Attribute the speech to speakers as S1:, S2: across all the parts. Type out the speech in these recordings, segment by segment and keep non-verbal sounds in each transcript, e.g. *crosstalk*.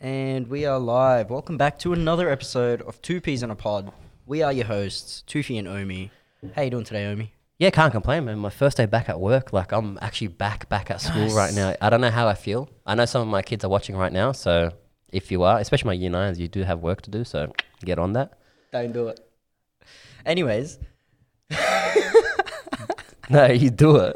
S1: We are live. Welcome back to another episode of Two Peas in a Pod. We are your hosts, Toofy and Omi. How you doing today, Omi?
S2: Yeah, can't complain, man. My first day back at work, like I'm actually back back at school right now. I don't know how I feel. I know some of my kids are watching right now, so if you are, especially my year nines, you do have work to do, so get on that. *laughs*
S1: Don't do it. Anyways,
S2: No, you do it.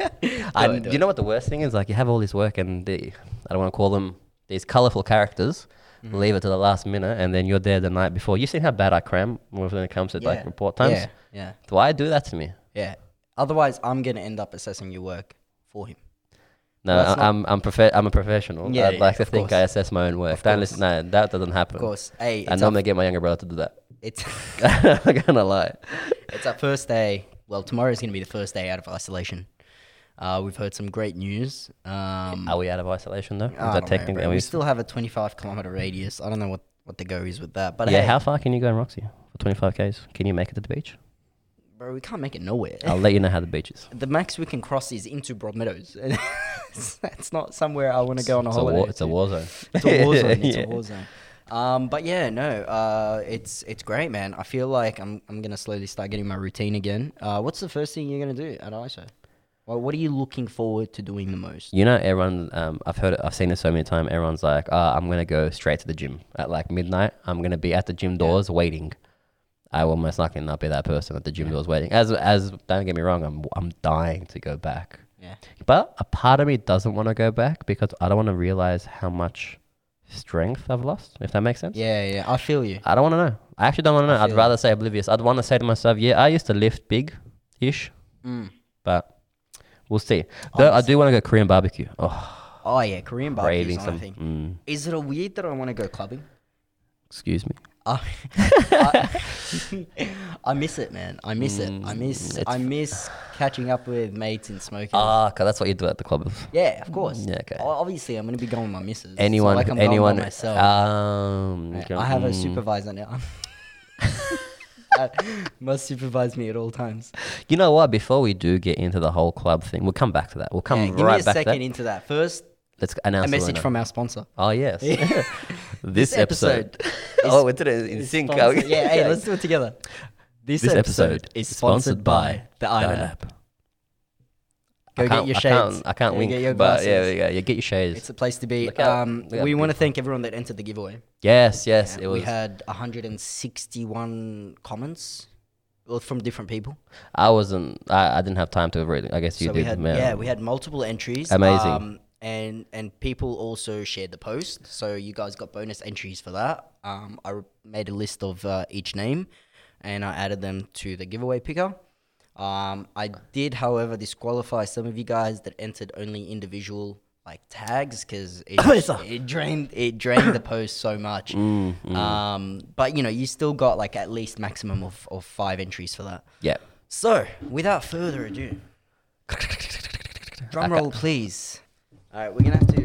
S1: *laughs*
S2: I,
S1: Do it, do
S2: you know what the worst thing is? Like you have all this work, and the I don't want to call them these colorful characters.
S1: Mm-hmm.
S2: Leave it to the last minute, and then you're there the night before. You seen how bad I cram when it comes to
S1: Yeah.
S2: like report times.
S1: Yeah, yeah,
S2: Why do that to me?
S1: yeah. Otherwise, I'm gonna end up assessing your work for him.
S2: No,
S1: Well, that's
S2: I,
S1: not-
S2: I'm I'm, profe- I'm a professional.
S1: Yeah,
S2: I'd
S1: yeah,
S2: like to
S1: of
S2: think I
S1: course.
S2: assess my own work. Don't listen, no, that doesn't happen.
S1: Of course. Hey, it's,
S2: I
S1: our,
S2: normally get my younger brother to do that. *laughs*
S1: it's,
S2: I'm not gonna lie.
S1: it's our first day. Well, tomorrow is gonna be the first day out of isolation. Uh, we've heard some great news. Um,
S2: Are we out of isolation though? Is
S1: I
S2: that
S1: don't know,
S2: technically?
S1: Ah, bro.
S2: are
S1: we
S2: we-
S1: still have a 25 kilometer radius. I don't know what, what the go is with that, but
S2: yeah.
S1: hey,
S2: How far can you go in Roxy for 25 k's? Can you make it to the
S1: *laughs*
S2: beach?
S1: bro, we can't make it nowhere.
S2: I'll let you know how the beach is.
S1: the max we can cross is into Broadmeadows. *laughs* That's not somewhere I want to go on a
S2: It's a
S1: holiday.
S2: war. It's a
S1: to.
S2: war zone.
S1: *laughs* It's a war zone. It's
S2: *laughs* Yeah.
S1: a war zone. Um, but yeah, no, uh, it's it's great, man. I feel like I'm I'm gonna slowly start getting my routine again. Uh, what's the first thing you're gonna do at ISO? Well, what are you looking forward to doing the most?
S2: You know, everyone. Um, I've heard. It, I've seen it so many times. Everyone's like, "Ah, I'm gonna go straight to the gym at like midnight. I'm gonna be at the gym doors waiting." I will most likely not be that person at the gym doors waiting. As as don't get me wrong, I'm I'm dying to go back.
S1: Yeah,
S2: But a part of me doesn't want to go back because I don't want to realize how much strength I've lost, if that makes sense.
S1: yeah, yeah. I feel you.
S2: I don't want to know. I actually don't want to know. I'd
S1: feel
S2: rather say oblivious. I'd want to say to myself, yeah, I used to lift big ish,
S1: Mm.
S2: but we'll see. Though I do want to go Korean barbecue. Oh,
S1: Oh yeah, Korean barbecue
S2: craving
S1: is another
S2: some.
S1: thing.
S2: Mm,
S1: Is it a weird that I want to go clubbing?
S2: excuse me.
S1: I, I, *laughs* I miss it, man. I miss it.
S2: Mm,
S1: I miss. I miss catching up with mates and smoking.
S2: Ah, 'cause that's what you do at the club.
S1: yeah, of course.
S2: yeah, okay.
S1: O- Obviously, I'm gonna be going with my missus. It's not
S2: Anyone,
S1: like I'm going by
S2: anyone.
S1: myself.
S2: Um,
S1: I-
S2: you
S1: I have a
S2: mm.
S1: supervisor
S2: *laughs*
S1: now. *laughs* That must supervise me at all times.
S2: You know what? Before we do get into the whole club thing, we'll come back to that. We'll come
S1: Yeah, give
S2: right
S1: me a
S2: back
S1: second
S2: to that.
S1: into that. First,
S2: Let's announce
S1: a
S2: the
S1: message
S2: winner.
S1: from our sponsor. *laughs*
S2: Oh yes.
S1: Yeah.
S2: this, episode. *laughs* oh, we did it in
S1: Is
S2: sync.
S1: sponsored-
S2: okay.
S1: yeah,
S2: *laughs*
S1: hey, let's do it together. This,
S2: This
S1: episode,
S2: episode
S1: is sponsored by the Iron App. Go
S2: I
S1: get
S2: can't,
S1: your
S2: I
S1: shades.
S2: can't, I can't
S1: Go
S2: wink,
S1: Get your
S2: but
S1: glasses.
S2: yeah, yeah, yeah, get your shades.
S1: It's a place to be.
S2: Look out.
S1: Um,
S2: Look out,
S1: we
S2: big
S1: want to thank everyone that entered the giveaway.
S2: yes, yes, it
S1: We
S2: was.
S1: had 161 comments, well, from different people.
S2: I wasn't. I, I didn't have time to read. it. I guess you
S1: so
S2: did.
S1: we had,
S2: man.
S1: yeah, we had multiple entries. um,
S2: Amazing.
S1: and and people also shared the post, so you guys got bonus entries for that. Um, I re- made a list of uh, each name, and I added them to the giveaway picker. Um, I did, however, disqualify some of you guys that entered only individual like tags because
S2: *coughs*
S1: it, it drained it drained the post so much.
S2: Mm,
S1: Um, but you know, you still got like at least maximum of, of five entries for that.
S2: yeah.
S1: So, without further ado, drum roll, please. All right, we're gonna have to.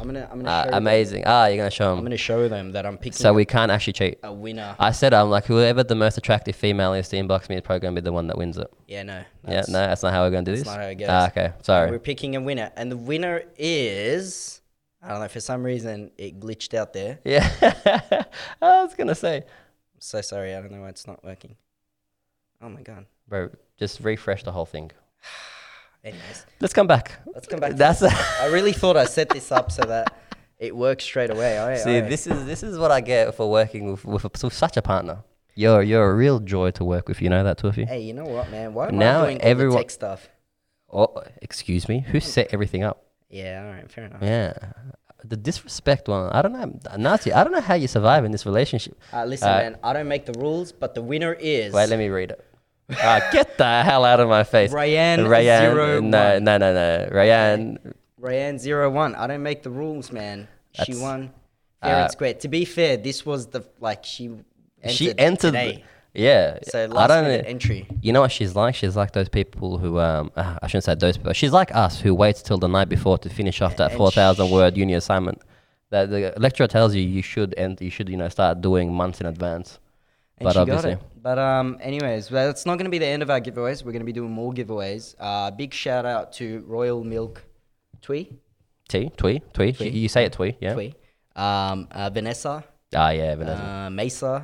S1: I'm gonna. I'm gonna.
S2: Uh,
S1: show them,
S2: amazing. Ah, you're gonna show
S1: I'm
S2: them.
S1: gonna show them that I'm picking
S2: So we Uh, can't actually cheat.
S1: a winner.
S2: I said I'm like whoever the most attractive female is to inbox me is probably gonna be the one that wins it.
S1: yeah, no.
S2: yeah, no, that's not how we're gonna do this.
S1: not how it goes.
S2: Ah, okay,
S1: We're
S2: sorry.
S1: picking a winner, and the winner is. I don't know. For some reason, it glitched out there.
S2: *laughs* Yeah, *laughs* I was gonna say,
S1: I'm so sorry. I don't know why it's not working. Oh my god.
S2: bro, just refresh the whole thing. *laughs*
S1: Anyways,
S2: Let's come back.
S1: let's come back. To
S2: That's
S1: I really thought I set this up so that it works straight away. All right,
S2: *laughs* See,
S1: all right.
S2: this is this is what I get for working with with, with such a partner. You're you're a real joy to work with. You know that, Tuffy.
S1: Hey, you know what, man? Why am
S2: Now
S1: I doing all
S2: everyone-
S1: the tech stuff?
S2: Oh, excuse me. Who set everything up?
S1: Yeah, all right, fair enough.
S2: Yeah, the disrespect one. I don't know, Nazi. I don't know how you survive in this relationship.
S1: Uh, listen,
S2: Uh,
S1: man, I don't make the rules, but the winner is
S2: Wait, let me read it. Ah, get the hell out of my face,
S1: Ryan
S2: Ryan,
S1: zero
S2: no,
S1: one.
S2: no, no, no, Ryan.
S1: Rayanne zero one. I don't make the rules, man. she
S2: That's-
S1: won fair
S2: uh,
S1: and square. To be fair, this was the like she entered
S2: she entered. the-
S1: today,
S2: Yeah,
S1: so last
S2: I don't.
S1: minute entry.
S2: You know what she's like? She's like those people who, um, ah, I shouldn't say those people. She's like us who waits till the night before to finish off that
S1: And
S2: four thousand
S1: sh-
S2: word uni assignment. That the lecturer tells you you should and you should you know start doing months in advance.
S1: And
S2: but
S1: she
S2: obviously,
S1: got it. But um, anyways, well, that's not going to be the end of our giveaways. We're going to be doing more giveaways. Uh, big shout out to Royal Milk Twee.
S2: T, twee, twee. You, you say it twee, yeah.
S1: Twee. Um, uh, Vanessa.
S2: Ah, yeah, but that's
S1: uh, Mesa,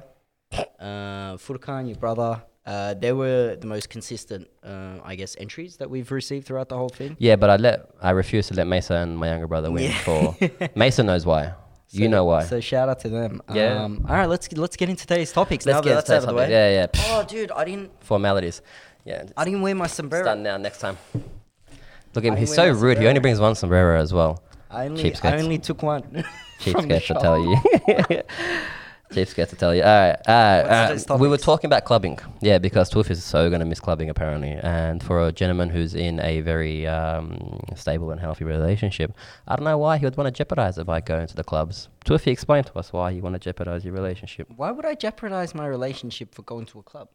S1: uh, Furkan, your brother. Uh, they were the most consistent, uh, I guess, entries that we've received throughout the whole thing.
S2: yeah, but I let I refuse to let Mesa and my younger brother win.
S1: *laughs*
S2: For Mesa knows why. you
S1: So-
S2: know why.
S1: So shout out to them.
S2: Yeah.
S1: Um, all right, let's let's get into today's topics. now
S2: Let's
S1: that
S2: get
S1: that's
S2: into
S1: out of the
S2: something.
S1: way.
S2: Yeah, yeah. psh,
S1: Oh, dude, I didn't
S2: Formalities. Yeah,
S1: I didn't wear my sombrero.
S2: it's done now. Next time. Look at him.
S1: I
S2: He's
S1: wear
S2: so
S1: my
S2: rude. He only
S1: sombrero.
S2: brings one sombrero as well.
S1: I only
S2: Cheapskates.
S1: I only took one. *laughs* from the
S2: Cheapskates to
S1: shop.
S2: tell you. *laughs* Cheapskates to tell you. All right. All
S1: What's
S2: right.
S1: today's
S2: Uh, we were
S1: topics?
S2: talking about clubbing. Yeah, because Tooth is so going to miss clubbing, apparently. And for a gentleman who's in a very um, stable and healthy relationship, I don't know why he would want to jeopardize it by going to the clubs. Tooth, explain to us why you want to jeopardize your relationship.
S1: Why would I jeopardize my relationship for going to a club?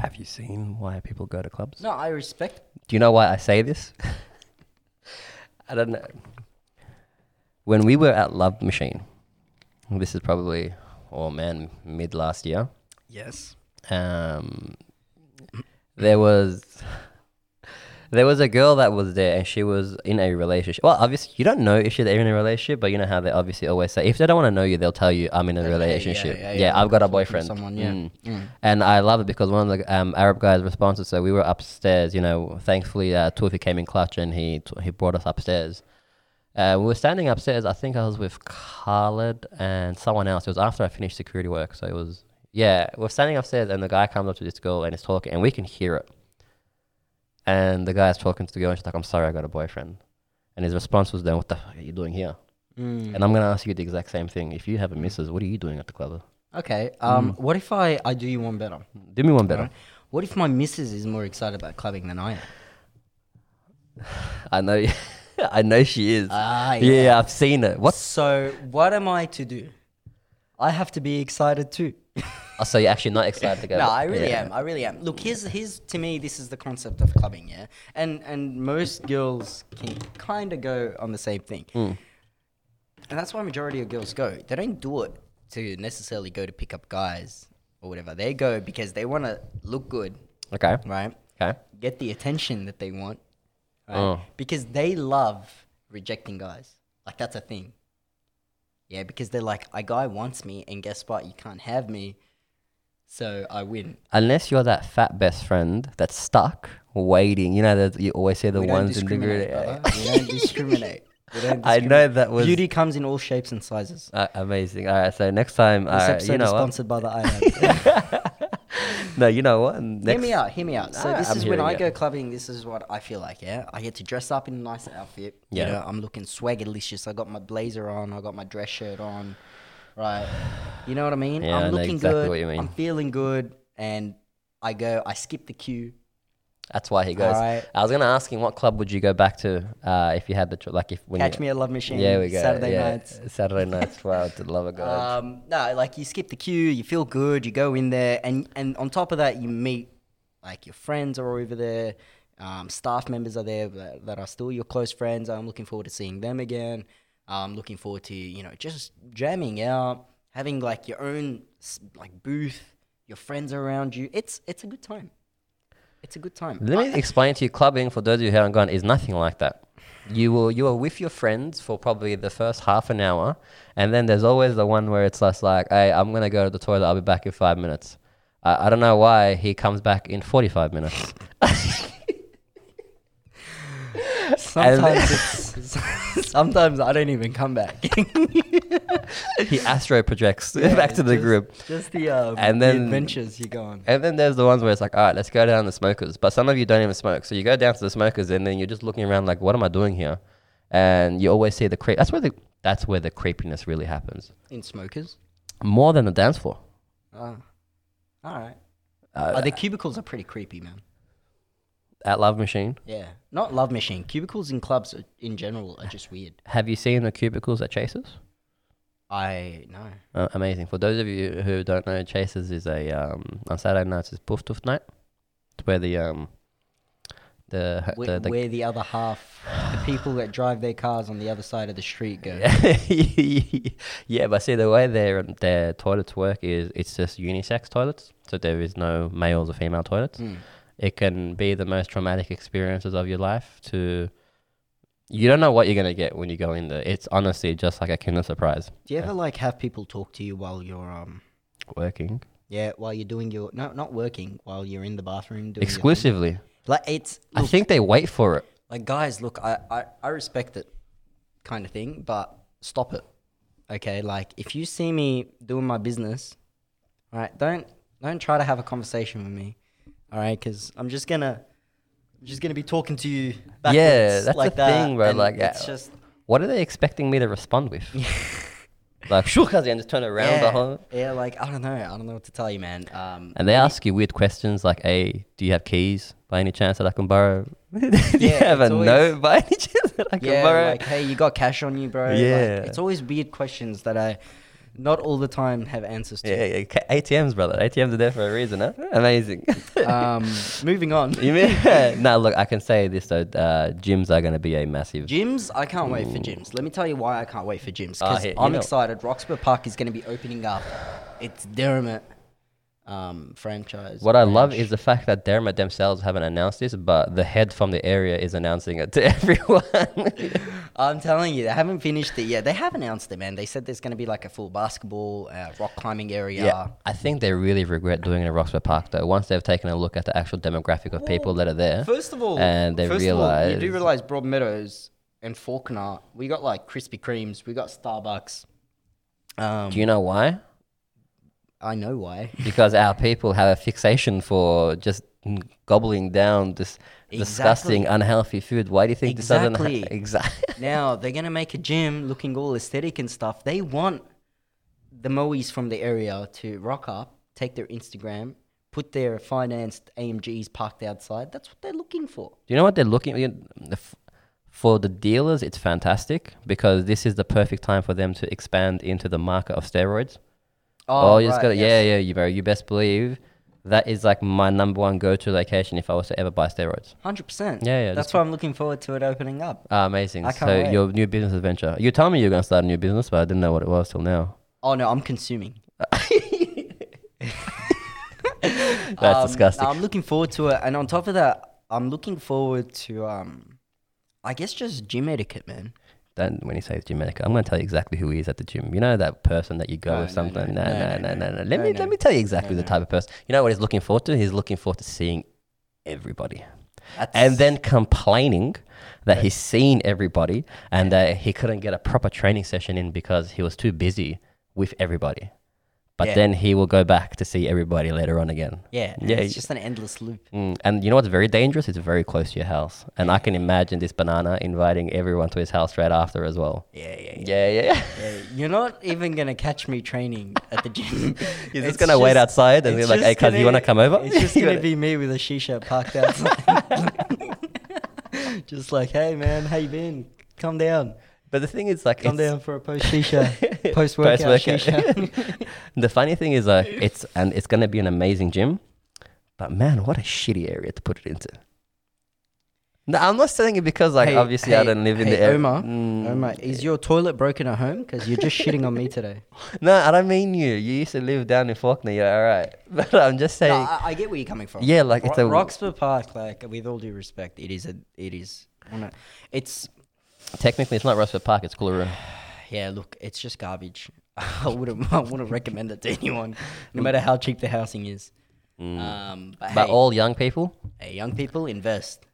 S2: Have you seen why people go to clubs?
S1: No, I respect.
S2: Do you know why I say this? *laughs* I don't know. When we were at Love Machine, this is probably, oh man, mid last year.
S1: Yes.
S2: Um, there was there was a girl that was there, and she was in a relationship. Well, obviously, you don't know if she's in a relationship, but you know how they obviously always say if they don't want to know you, they'll tell you I'm in a
S1: Like, hey, yeah,
S2: relationship.
S1: yeah,
S2: Yeah,
S1: yeah,
S2: I've got a
S1: I'm talking to
S2: boyfriend.
S1: someone, yeah.
S2: Mm.
S1: Mm.
S2: And I love it because one of the um, Arab guys' responses. So we were upstairs, you know. Thankfully, uh, Tufi came in clutch and he t- he brought us upstairs. Uh, we were standing upstairs. I think I was with Khaled and someone else. It was after I finished security work, so it was yeah. We're standing upstairs, and the guy comes up to this girl and is talking, and we can hear it. And the guy's talking to the girl, and she's like, "I'm sorry, I got a boyfriend." And his response was, "Then what the fuck are you doing here?"
S1: Mm.
S2: And I'm gonna ask you the exact same thing. If you have a missus, what are you doing at the club?
S1: Okay.
S2: Mm.
S1: Um. What if I I do you one better?
S2: Do me one better.
S1: What if my missus is more excited about clubbing than I am?
S2: I know, *laughs* I know she is.
S1: Ah,
S2: yeah. I've seen it. What's
S1: So what am I to do? I have to be excited too.
S2: oh, so you're actually not excited to
S1: *laughs*
S2: go?
S1: no, I really
S2: *laughs* Yeah.
S1: am. I really am. Look, here's here's to me this is the concept of clubbing, yeah. And and most girls can kind of go on the same thing.
S2: Hmm.
S1: And that's why majority of girls go. They don't do it to necessarily go to pick up guys or whatever. They go because they want to look good,
S2: Okay.
S1: right?
S2: Okay.
S1: Get the attention that they want. Right?
S2: Oh.
S1: Because they love rejecting guys. Like that's a thing. Yeah, because they're like, a guy wants me, and guess what? You can't have me, so I win.
S2: Unless you're that fat best friend that's stuck waiting. You know that you always say the
S1: we don't
S2: ones in the
S1: discriminate.
S2: grid.
S1: brother. We
S2: *laughs*
S1: don't discriminate. We don't
S2: I
S1: discriminate.
S2: know that was
S1: Beauty comes in all shapes and sizes.
S2: Uh, amazing. All right. So next time, all
S1: This
S2: right,
S1: episode
S2: you
S1: is
S2: know what?
S1: sponsored by the IAB.
S2: No, you know what?
S1: hear
S2: Next,
S1: me out. Hear me out. So
S2: Ah,
S1: this
S2: I'm
S1: is when
S2: hearing
S1: I
S2: it.
S1: go clubbing. This is what I feel like. Yeah, I get to dress up in a nice outfit.
S2: Yeah.
S1: You know, I'm looking swaggerlicious. I got my blazer on. I got my dress shirt on. Right. You know what I mean?
S2: Yeah, I
S1: I'm
S2: know
S1: looking
S2: exactly
S1: good.
S2: what you mean.
S1: I'm feeling good, and I go. I skip the queue.
S2: that's why he goes.
S1: Alright.
S2: I was gonna ask him what club would you go back to uh, if you had the tr- like if when
S1: Catch
S2: you,
S1: me at Love Machine.
S2: Yeah, we go.
S1: Saturday
S2: yeah.
S1: nights.
S2: Saturday nights. Wow, did love
S1: *laughs*
S2: it, guys.
S1: Um, no, like you skip the queue, you feel good, you go in there, and and on top of that, you meet like your friends are over there, um, staff members are there that, that are still your close friends. I'm looking forward to seeing them again. I'm looking forward to you know just jamming out, having like your own s- like booth, your friends are around you. It's it's a good time. It's a good time.
S2: Let me explain to you, clubbing for those of you who haven't gone is nothing like that. You will you are with your friends for probably the first half an hour, and then there's always the one where it's just like, "Hey, I'm gonna go to the toilet. I'll be back in five minutes." I, I don't know why he comes back in 45 minutes. *laughs*
S1: Sometimes it's, *laughs* sometimes I don't even come back. *laughs*
S2: he astro projects *laughs* back to the
S1: Just-
S2: group.
S1: Just the um,
S2: And
S1: the
S2: then-
S1: adventures you go on.
S2: And then there's the ones where it's like, all right, let's go down to the smokers. But some of you don't even smoke. So you go down to the smokers and then you're just looking around like, what am I doing here? And you always see the creep. That's where the that's where the creepiness really happens.
S1: In smokers.
S2: More than the dance floor.
S1: Ah. all right.
S2: Uh,
S1: oh, the cubicles are pretty creepy, man.
S2: at Love Machine.
S1: Yeah. Not love machine. Cubicles in clubs are, in general are just weird.
S2: Have you seen the cubicles at Chasers?
S1: I know.
S2: Uh, amazing. For those of you who don't know, Chasers is a um, on Saturday nights is Poof Toof night. It's where the um the
S1: Where,
S2: the, *laughs* the
S1: where the other half, the people that drive their cars on the other side of the street go. *laughs*
S2: yeah, but see the way their their toilets work is it's just unisex toilets, so there is no males or female toilets.
S1: Mm.
S2: It can be the most traumatic experiences of your life to You don't know what you're gonna get when you go in there. It's honestly just like a Kinder Surprise.
S1: Do you ever like have people talk to you while you're um
S2: Working
S1: yeah while you're doing your no not working while you're in the bathroom doing your thing?
S2: exclusively.
S1: like it's
S2: I think they wait for it.
S1: like guys look I, I i respect it kind of thing but stop it okay like if you see me doing my business all right don't don't try to have a conversation with me all right because i'm just gonna I'm just gonna be talking to you backwards
S2: yeah, that's
S1: like
S2: the
S1: that,
S2: thing, bro.
S1: and
S2: like,
S1: it's
S2: uh,
S1: just
S2: what are they expecting me to respond
S1: *laughs*
S2: with? like, sure, cause and just turn *laughs* around the
S1: yeah,
S2: whole.
S1: yeah like i don't know i don't know what to tell you man um
S2: And they ask you weird questions like, "Hey, do you have keys by any chance that I can borrow? *laughs* do you have a
S1: it's always-
S2: note by any *laughs* chance that I can
S1: yeah
S2: borrow?"
S1: like hey you got cash on you bro Like,
S2: Yeah.
S1: it's always weird questions that i not all the time have answers to
S2: yeah, yeah, ca- ATMs, brother. ATMs are there for a
S1: *laughs*
S2: reason, huh? Amazing.
S1: um moving on
S2: *laughs* you mean? *laughs* no, look, I can say this though. Uh, gyms are going to be a massive.
S1: Gyms, I can't wait for gyms. Let me tell you why I can't wait for gyms.
S2: Ah,
S1: Because
S2: here-
S1: I'm
S2: you know-
S1: excited. Roxburgh Park is going to be opening up its Derrimut um, franchise.
S2: What I love
S1: branch.
S2: is the fact that Dermot themselves haven't announced this, but the head from the area is announcing it to *laughs* everyone.
S1: I'm telling you, they haven't finished it yet. They have announced it, man. They said there's going to be like a full basketball, uh, rock climbing area.
S2: I think they really regret doing it at Roxburgh Park though. Once they've taken a look at the actual demographic of people that are there,
S1: First of all,
S2: And they
S1: first of all, you do
S2: realise-
S1: realize Broadmeadows and Faulkner, we got like Krispy Kremes, we got Starbucks. Um,
S2: do you know why?
S1: I know why. *laughs*
S2: Because our people have a fixation for just gobbling down this disgusting,
S1: Exactly.
S2: unhealthy food. Why do you think this doesn't? *laughs*
S1: Exactly.
S2: exactly.
S1: Now they're gonna make a gym looking all aesthetic and stuff. They want the Moe's from the area to rock up, take their Instagram, put their financed AMGs parked outside. That's what they're looking for.
S2: Do you know what they're looking you know, the f- for the dealers? It's fantastic because this is the perfect time for them to expand into the market of steroids. Oh, you just
S1: right,
S2: got to
S1: yes.
S2: yeah, yeah, you bro, you best believe that is like my number one go-to location if I was to ever buy steroids.
S1: hundred percent.
S2: Yeah, yeah,
S1: That's
S2: just-
S1: why I'm looking forward to it opening up.
S2: Ah, amazing.
S1: I
S2: So
S1: can't wait.
S2: your new business adventure. You told me you were gonna start a new business, but I didn't know what it was till now.
S1: Oh no, I'm consuming.
S2: *laughs*
S1: *laughs*
S2: That's
S1: Um,
S2: disgusting.
S1: no, I'm looking forward to it, and on top of that, I'm looking forward to um, I guess just gym etiquette, man.
S2: Then when he says gym etiquette, I'm gonna tell you exactly who he is at the gym. You know that person that you go
S1: No,
S2: with
S1: no,
S2: something.
S1: no,
S2: No,
S1: no,
S2: no,
S1: no,
S2: no, no, no.
S1: no,
S2: Let me
S1: no,
S2: let
S1: no.
S2: me tell you exactly
S1: no.
S2: the type of person. You know what he's looking forward to? He's looking forward to seeing everybody.
S1: That's,
S2: and then complaining that he's seen everybody and that he couldn't get a proper training session in because he was too busy with everybody. But
S1: Yeah.
S2: then he will go back to see everybody later on again.
S1: yeah,
S2: Yeah,
S1: it's
S2: you-
S1: just an endless loop.
S2: Mm, And you know what's very dangerous? It's very close to your house. And I can imagine this banana inviting everyone to his house right after as well.
S1: Yeah, yeah, yeah.
S2: Yeah,
S1: *laughs*
S2: yeah, yeah.
S1: Yeah, You're not even gonna catch me training at the *laughs* gym.
S2: He's
S1: It's
S2: just gonna wait
S1: just-
S2: outside and be
S1: it's
S2: like, hey,
S1: just
S2: cuz, you
S1: gonna-
S2: wanna come over?
S1: It's *laughs* just
S2: *laughs* You
S1: gonna
S2: wanna-
S1: be me with a shisha *laughs* parked outside. *laughs* just like, hey man, how you been? Come down,
S2: But the thing is, like,
S1: come
S2: it's-
S1: down for a post *laughs* shisha, post workout *laughs*
S2: Post-workout.
S1: shisha.
S2: the funny thing is,
S1: *laughs*
S2: uh, it's and it's gonna be an amazing gym, but man, what a shitty area to put it into. No, I'm not saying it because like
S1: Hey-
S2: obviously I
S1: hey-
S2: don't live in
S1: hey,
S2: the area.
S1: Omar,
S2: Mm.
S1: Omar, Oh is your toilet broken at home? Because you're just shitting on me *laughs* today.
S2: No, I don't mean you. You used to live down in Faulkner. You're all right, *laughs* but I'm just
S1: No,
S2: saying.
S1: I, I get where you're coming from.
S2: Yeah, like, it's
S1: Ro-
S2: a-
S1: Roxburgh Park. Like, with all due respect, it is a, it is, on a- it's
S2: technically, it's not Rosford Park. It's Coolaroo.
S1: Yeah, look, it's just garbage. *laughs*
S2: *laughs*
S1: I wouldn't, I wouldn't recommend it to anyone, no matter how cheap the housing is. Um, but
S2: Mm. But
S1: hey,
S2: all young people.
S1: hey, young people invest.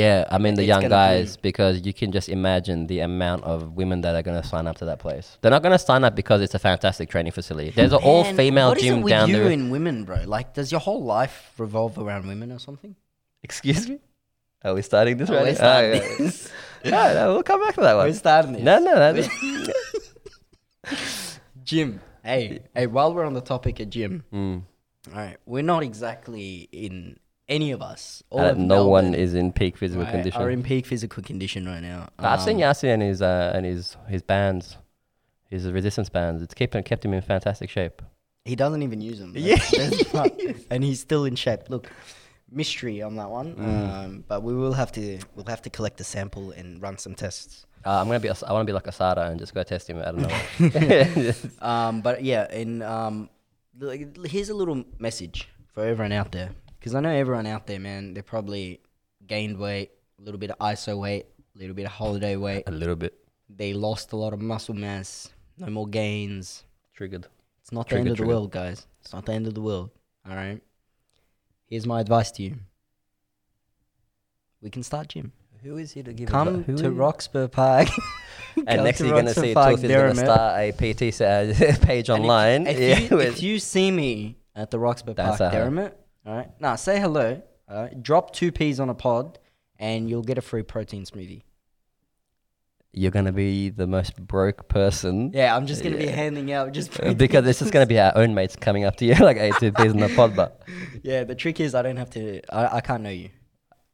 S2: Yeah, I mean the
S1: It's
S2: young
S1: gonna
S2: guys because you can just imagine the amount of women that are going to sign up to that place. They're not going to sign up because it's a fantastic training facility. There's an all-female
S1: what is it
S2: gym
S1: with
S2: down
S1: you
S2: there.
S1: and women, bro? Like, does your whole life revolve around women or something?
S2: Excuse me? *laughs* Are we starting this
S1: Oh, We're
S2: right?
S1: starting this.
S2: *laughs*
S1: *laughs*
S2: no, no, we'll come back to that one.
S1: We're starting this.
S2: No, no, no. no.
S1: Gym. Hey, hey. While we're on the topic of gym,
S2: Mm.
S1: all right, we're not exactly in any of us. *laughs* All
S2: Uh,
S1: of
S2: no one
S1: Melbourne,
S2: is in peak physical
S1: right,
S2: condition.
S1: are in peak physical condition right now.
S2: I've seen
S1: Um,
S2: Yassin and his uh, and his his bands, his resistance bands. It's kept kept him in fantastic shape.
S1: He doesn't even use them.
S2: Yeah.
S1: and he's still in shape. Look, mystery on that one. Um, but we will have to we'll have to collect a sample and run some tests.
S2: Uh, I'm gonna be As- I want to be like Asada and just go test him. I don't *laughs* know.
S1: Um, but yeah, and um, like, here's a little message for everyone out there because I know everyone out there, man. They probably gained weight, a little bit of ISO weight, a little bit of holiday weight.
S2: A little bit
S1: They lost a lot of muscle mass. No more gains.
S2: triggered.
S1: It's not the
S2: Trigger,
S1: end of the
S2: trigger.
S1: world, guys. It's not the end of the world. All right. Here's my advice to you. We can start gym.
S2: Who is he to give?
S1: Come to Roxburgh
S2: *laughs*
S1: Park.
S2: And
S1: Come
S2: next
S1: to
S2: thing you're gonna
S1: Roxburgh
S2: see,
S1: Park,
S2: Tooth is gonna
S1: Derrimut.
S2: start a PT sa- uh, *laughs* page
S1: And if-
S2: online.
S1: If,
S2: *laughs* yeah,
S1: you,
S2: with-
S1: if you see me at the Roxburgh
S2: That's
S1: Park
S2: a-
S1: Derrimut, all right. Nah, say hello. All right. Drop two peas on a pod, and you'll get a free protein smoothie.
S2: you're gonna be the most broke person.
S1: Yeah, I'm just gonna be
S2: Yeah.
S1: handing out just
S2: Uh, *laughs* because it's just gonna be our own mates coming up to you *laughs* like hey two peas in the pod but
S1: *laughs* yeah. The trick is I don't have to. I, I can't know you.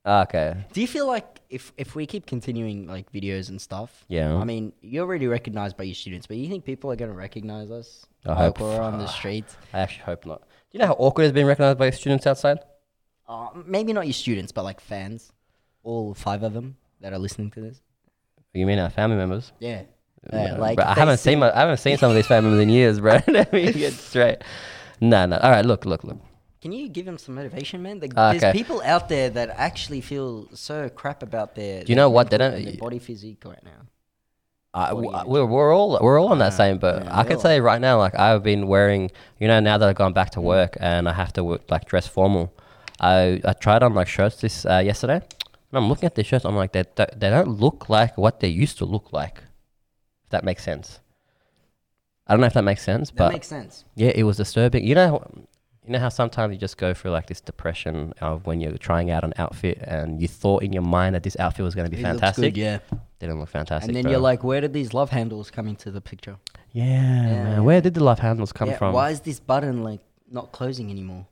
S2: ah, okay
S1: Do you feel like if if we keep continuing like videos and stuff?
S2: Yeah.
S1: I mean, you're already recognized by your students, but you think people are gonna recognize us?
S2: I
S1: like
S2: hope-
S1: we're
S2: *sighs*
S1: on the streets.
S2: I actually hope not do you know how awkward it's been recognized by students outside
S1: Uh, maybe not your students, but like fans, all five of them that are listening to this.
S2: you mean our family members
S1: Yeah. Yeah,
S2: No,
S1: Uh, like
S2: bro, I
S1: if they
S2: haven't
S1: see-
S2: seen my, I haven't seen some of these family members in years bro *laughs* let me get straight no no all right look look look
S1: Can you give them some motivation, man? Like,
S2: Ah,
S1: There's
S2: okay.
S1: people out there that actually feel so crap about their.
S2: Do you know what? They
S1: mental and
S2: don't-
S1: Their body physique right now.
S2: I,
S1: What do you- Ah,
S2: we're, we're all we're all on that same boat.
S1: yeah,
S2: I
S1: we
S2: can
S1: all
S2: tell you right now, like I've been wearing, you know, now that I've gone back to work and I have to work, like dress formal. I I tried on like shirts this uh, yesterday, and I'm looking at these shirts. I'm like, they do- they don't look like what they used to look like. If that makes sense. I don't know if that makes sense,
S1: That
S2: but
S1: makes sense.
S2: yeah, it was disturbing. You know, you know how sometimes you just go through like this depression of when you're trying out an outfit and you thought in your mind that this outfit was going to
S1: It
S2: be
S1: looks
S2: fantastic.
S1: good, yeah.
S2: Didn't look fantastic.
S1: And then
S2: bro.
S1: you're like, where did these love handles come into the picture?
S2: Yeah, man. Where did the love handles come
S1: Yeah,
S2: from?
S1: Why is this button like not closing anymore?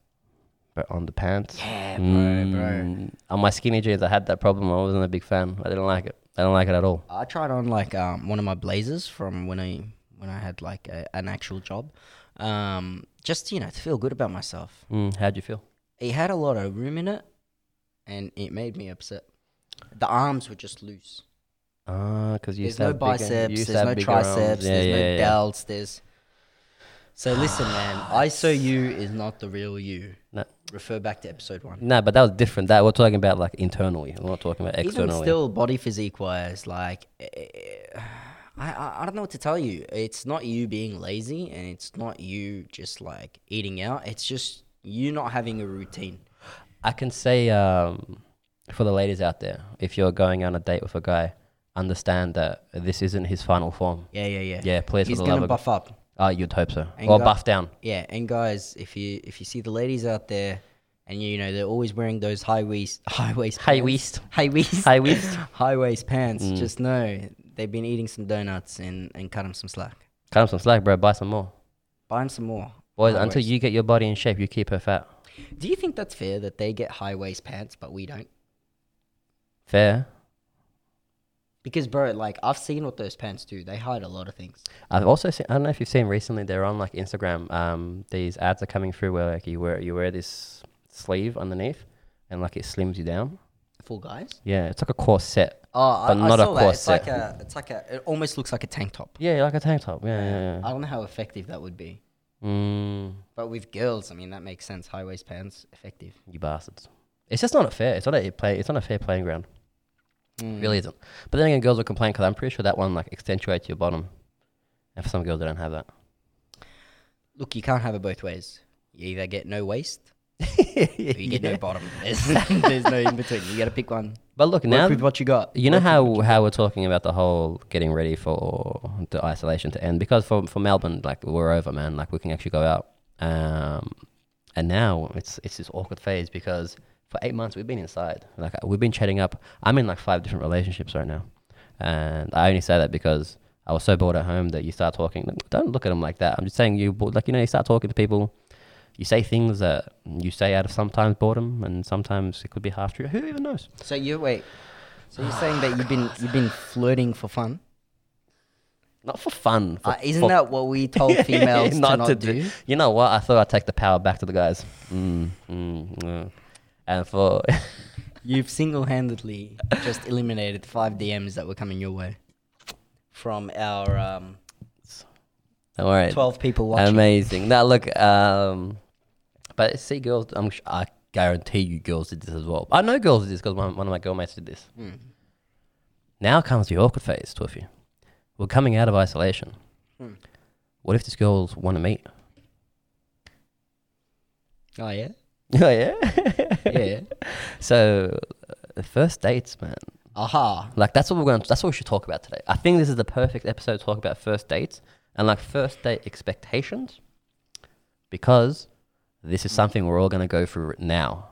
S2: But on the pants.
S1: Yeah,
S2: Mm, On my skinny jeans, I had that problem. I wasn't a big fan. I didn't like it. I don't like it at all.
S1: I tried on like um, one of my blazers from when I when I had like a, an actual job, um, just you know to feel good about myself.
S2: Mm, how'd you feel?
S1: It had a lot of room in it, and it made me upset. The arms were just loose.
S2: Ah, because you
S1: There's
S2: used to
S1: no
S2: have bigger-
S1: biceps.
S2: you used to
S1: There's
S2: have
S1: no
S2: bigger arms.
S1: triceps.
S2: Yeah,
S1: there's
S2: yeah,
S1: no
S2: yeah.
S1: delts. There's so listen,
S2: *sighs*
S1: man. I saw you is not the real you.
S2: No.
S1: Refer back to episode one.
S2: No, but that was different. That we're talking about like internally. We're not talking about externally.
S1: Even still, body physique wise, like eh, I, I I don't know what to tell you. It's not you being lazy, and it's not you just like eating out. It's just you not having a routine.
S2: I can say um, for the ladies out there, if you're going on a date with a guy, understand that this isn't his final form.
S1: Yeah, yeah, yeah.
S2: Yeah, please, for
S1: He's
S2: the
S1: gonna
S2: love of-
S1: buff up.
S2: Oh, you'd hope so.
S1: And
S2: or
S1: gu-
S2: buff down.
S1: Yeah, and guys, if you if you see the ladies out there, and you know they're always wearing those high waist *laughs* high waist
S2: High
S1: pants-
S2: waist.
S1: high waist
S2: High
S1: *laughs*
S2: waist. Mm.
S1: high waist pants. Just know they've been eating some donuts and and cut them some slack.
S2: Cut him some slack, bro. Buy some more.
S1: Buy them some more.
S2: Boys,
S1: high
S2: until
S1: waist.
S2: you get your body in shape, you keep her fat.
S1: Do you think that's fair that they get high waist pants but we don't?
S2: Fair.
S1: Because bro, like I've seen what those pants do. They hide a lot of things.
S2: I've also seen. I don't know if you've seen recently. They're on like Instagram. Um, these ads are coming through where like you wear you wear this sleeve underneath, and like it slims you down.
S1: For guys?
S2: Yeah, it's like a corset.
S1: Oh, I,
S2: But
S1: I
S2: not a
S1: saw that. It's like
S2: corset.
S1: a, it's like a, it almost looks like a tank top.
S2: Yeah, like a tank top. Yeah, yeah.
S1: I don't know how effective that would be.
S2: yeah. Mm,
S1: But with girls, I mean, that makes sense. High waist pants, effective.
S2: you bastards. It's just not a fair. It's not a play. It's not a fair playing ground.
S1: Mm.
S2: It really isn't. But then again, girls will complain because I'm pretty sure that one like accentuates your bottom. And for some girls, they don't have that. *laughs*
S1: Look, you can't have it both ways. You either get no waist or you get
S2: *laughs*
S1: no bottom. *laughs* There's, there's no in between. You got to pick one.
S2: But look
S1: Work
S2: now,
S1: with what you got.
S2: You know how how we're talking about the whole getting ready for the isolation to end because for for Melbourne, like we're over, man. Like we can actually go out. Um, and now it's it's this awkward phase because for eight months we've been inside. Like we've been chatting up. I'm in like five different relationships right now, and I only say that because I was so bored at home that you start talking. Don't look at them like that. I'm just saying you bo- like you know you start talking to people. You say things that you say out of sometimes boredom, and sometimes it could be half true. Who even knows?
S1: So you wait. So you're saying that you've been you've been flirting for fun?
S2: Not for fun. For,
S1: Uh, isn't
S2: for
S1: that what we
S2: *laughs*
S1: told females to not do?
S2: You know what? I thought I'd take the power back to the guys. Mm, mm, mm. And for *laughs*
S1: You've single-handedly just eliminated five DMs that were coming your way from our um,
S2: all right,
S1: twelve people watching.
S2: amazing. Now look, um, but see, girls, I'm sh- I guarantee you, girls did this as well. I know girls did this because one, one of my girlmates did this. Now comes the awkward phase, Twiffy. We're coming out of isolation.
S1: Hmm.
S2: What if these girls want to meet?
S1: Oh *laughs* yeah,
S2: *laughs* Oh *laughs* yeah,
S1: yeah.
S2: So uh, first dates, man.
S1: Aha.
S2: Like that's what we're going. to That's what we should talk about today. I think this is the perfect episode to talk about first dates and like first date expectations, because this is something we're all going to go through now.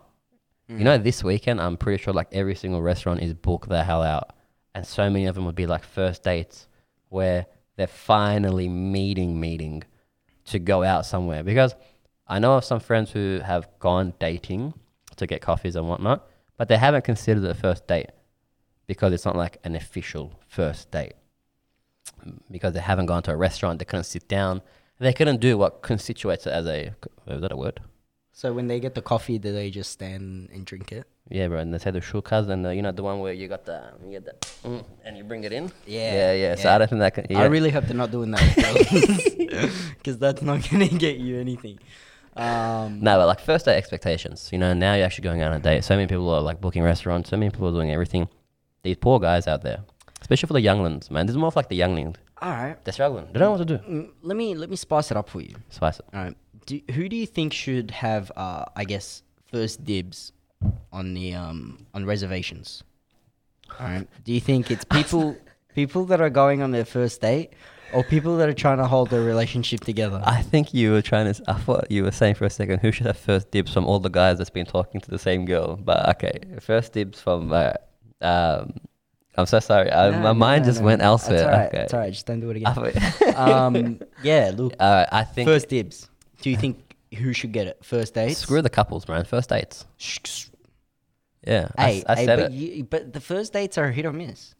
S2: You know, this weekend I'm pretty sure like every single restaurant is booked the hell out, and so many of them would be like first dates where they're finally meeting, meeting to go out somewhere. Because I know of some friends who have gone dating to get coffees and whatnot, but they haven't considered it a first date because it's not like an official first date. Because they haven't gone to a restaurant, they couldn't sit down, they couldn't do what constitutes it as a is that a word?
S1: So when they get the coffee, do they just stand and drink it?
S2: Yeah, bro. And they say the shukas and the, you know the one where you got the you get the mm, and you bring it in.
S1: Yeah,
S2: yeah, yeah. So I don't think that can. Yeah.
S1: I really hope they're not doing *laughs* that *laughs* because that's not gonna get you anything. Um,
S2: no, but like first date expectations. You know, now you're actually going out on a date. So many people are like booking restaurants. So many people are doing everything. These poor guys out there, especially for the younglings, man. This is more of like the younglings.
S1: all right,
S2: They're struggling. They don't know what to do.
S1: Mm, let me let me spice it up for you.
S2: Spice it.
S1: All right, do, who do you think should have, uh, I guess, first dibs on the um, on reservations? All right, do you think it's
S2: *laughs*
S1: people people that are going on their first date, or people that are trying to hold their relationship together?
S2: I think you were trying to. s- I thought you were saying for a second who should have first dibs from all the guys that's been talking to the same girl. But okay, first dibs from. Uh, um, I'm so sorry. I,
S1: No,
S2: my
S1: no,
S2: mind
S1: no,
S2: just
S1: no,
S2: went
S1: no.
S2: elsewhere.
S1: It's all right.
S2: okay.
S1: It's all right. Just don't do it
S2: *laughs* I
S1: again.
S2: thought-
S1: um, yeah, look.
S2: All right, I *laughs* think
S1: First dibs. Do you think who should get it? First dates?
S2: screw the couples, man. First dates.
S1: Sh- sh-
S2: Yeah, I
S1: Hey,
S2: s- I,
S1: hey,
S2: said
S1: but,
S2: it.
S1: you, but the first dates are hit or miss.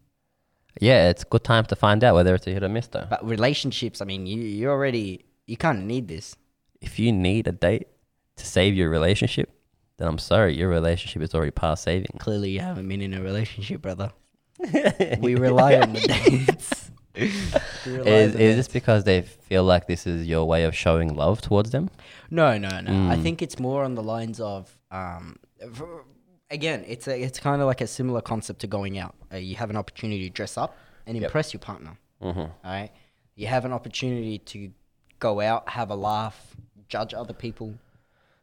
S2: Yeah, it's good time to find out whether it's a hit or miss, though.
S1: But relationships, I mean, you you already you kind of need this.
S2: If you need a date to save your relationship, then I'm sorry, your relationship is already past saving.
S1: Clearly, you haven't been in a relationship, brother.
S2: *laughs*
S1: we rely on the dates. We rely
S2: Is,
S1: on the
S2: is this because they feel like this is your way of showing love towards them?
S1: No, no, no. I
S2: Mm.
S1: think it's more on the lines of, um, v- again, it's a, it's kind of like a similar concept to going out. Uh, you have an opportunity to dress up and impress your partner. Mm-hmm. right, you have an opportunity to go out, have a laugh, judge other people.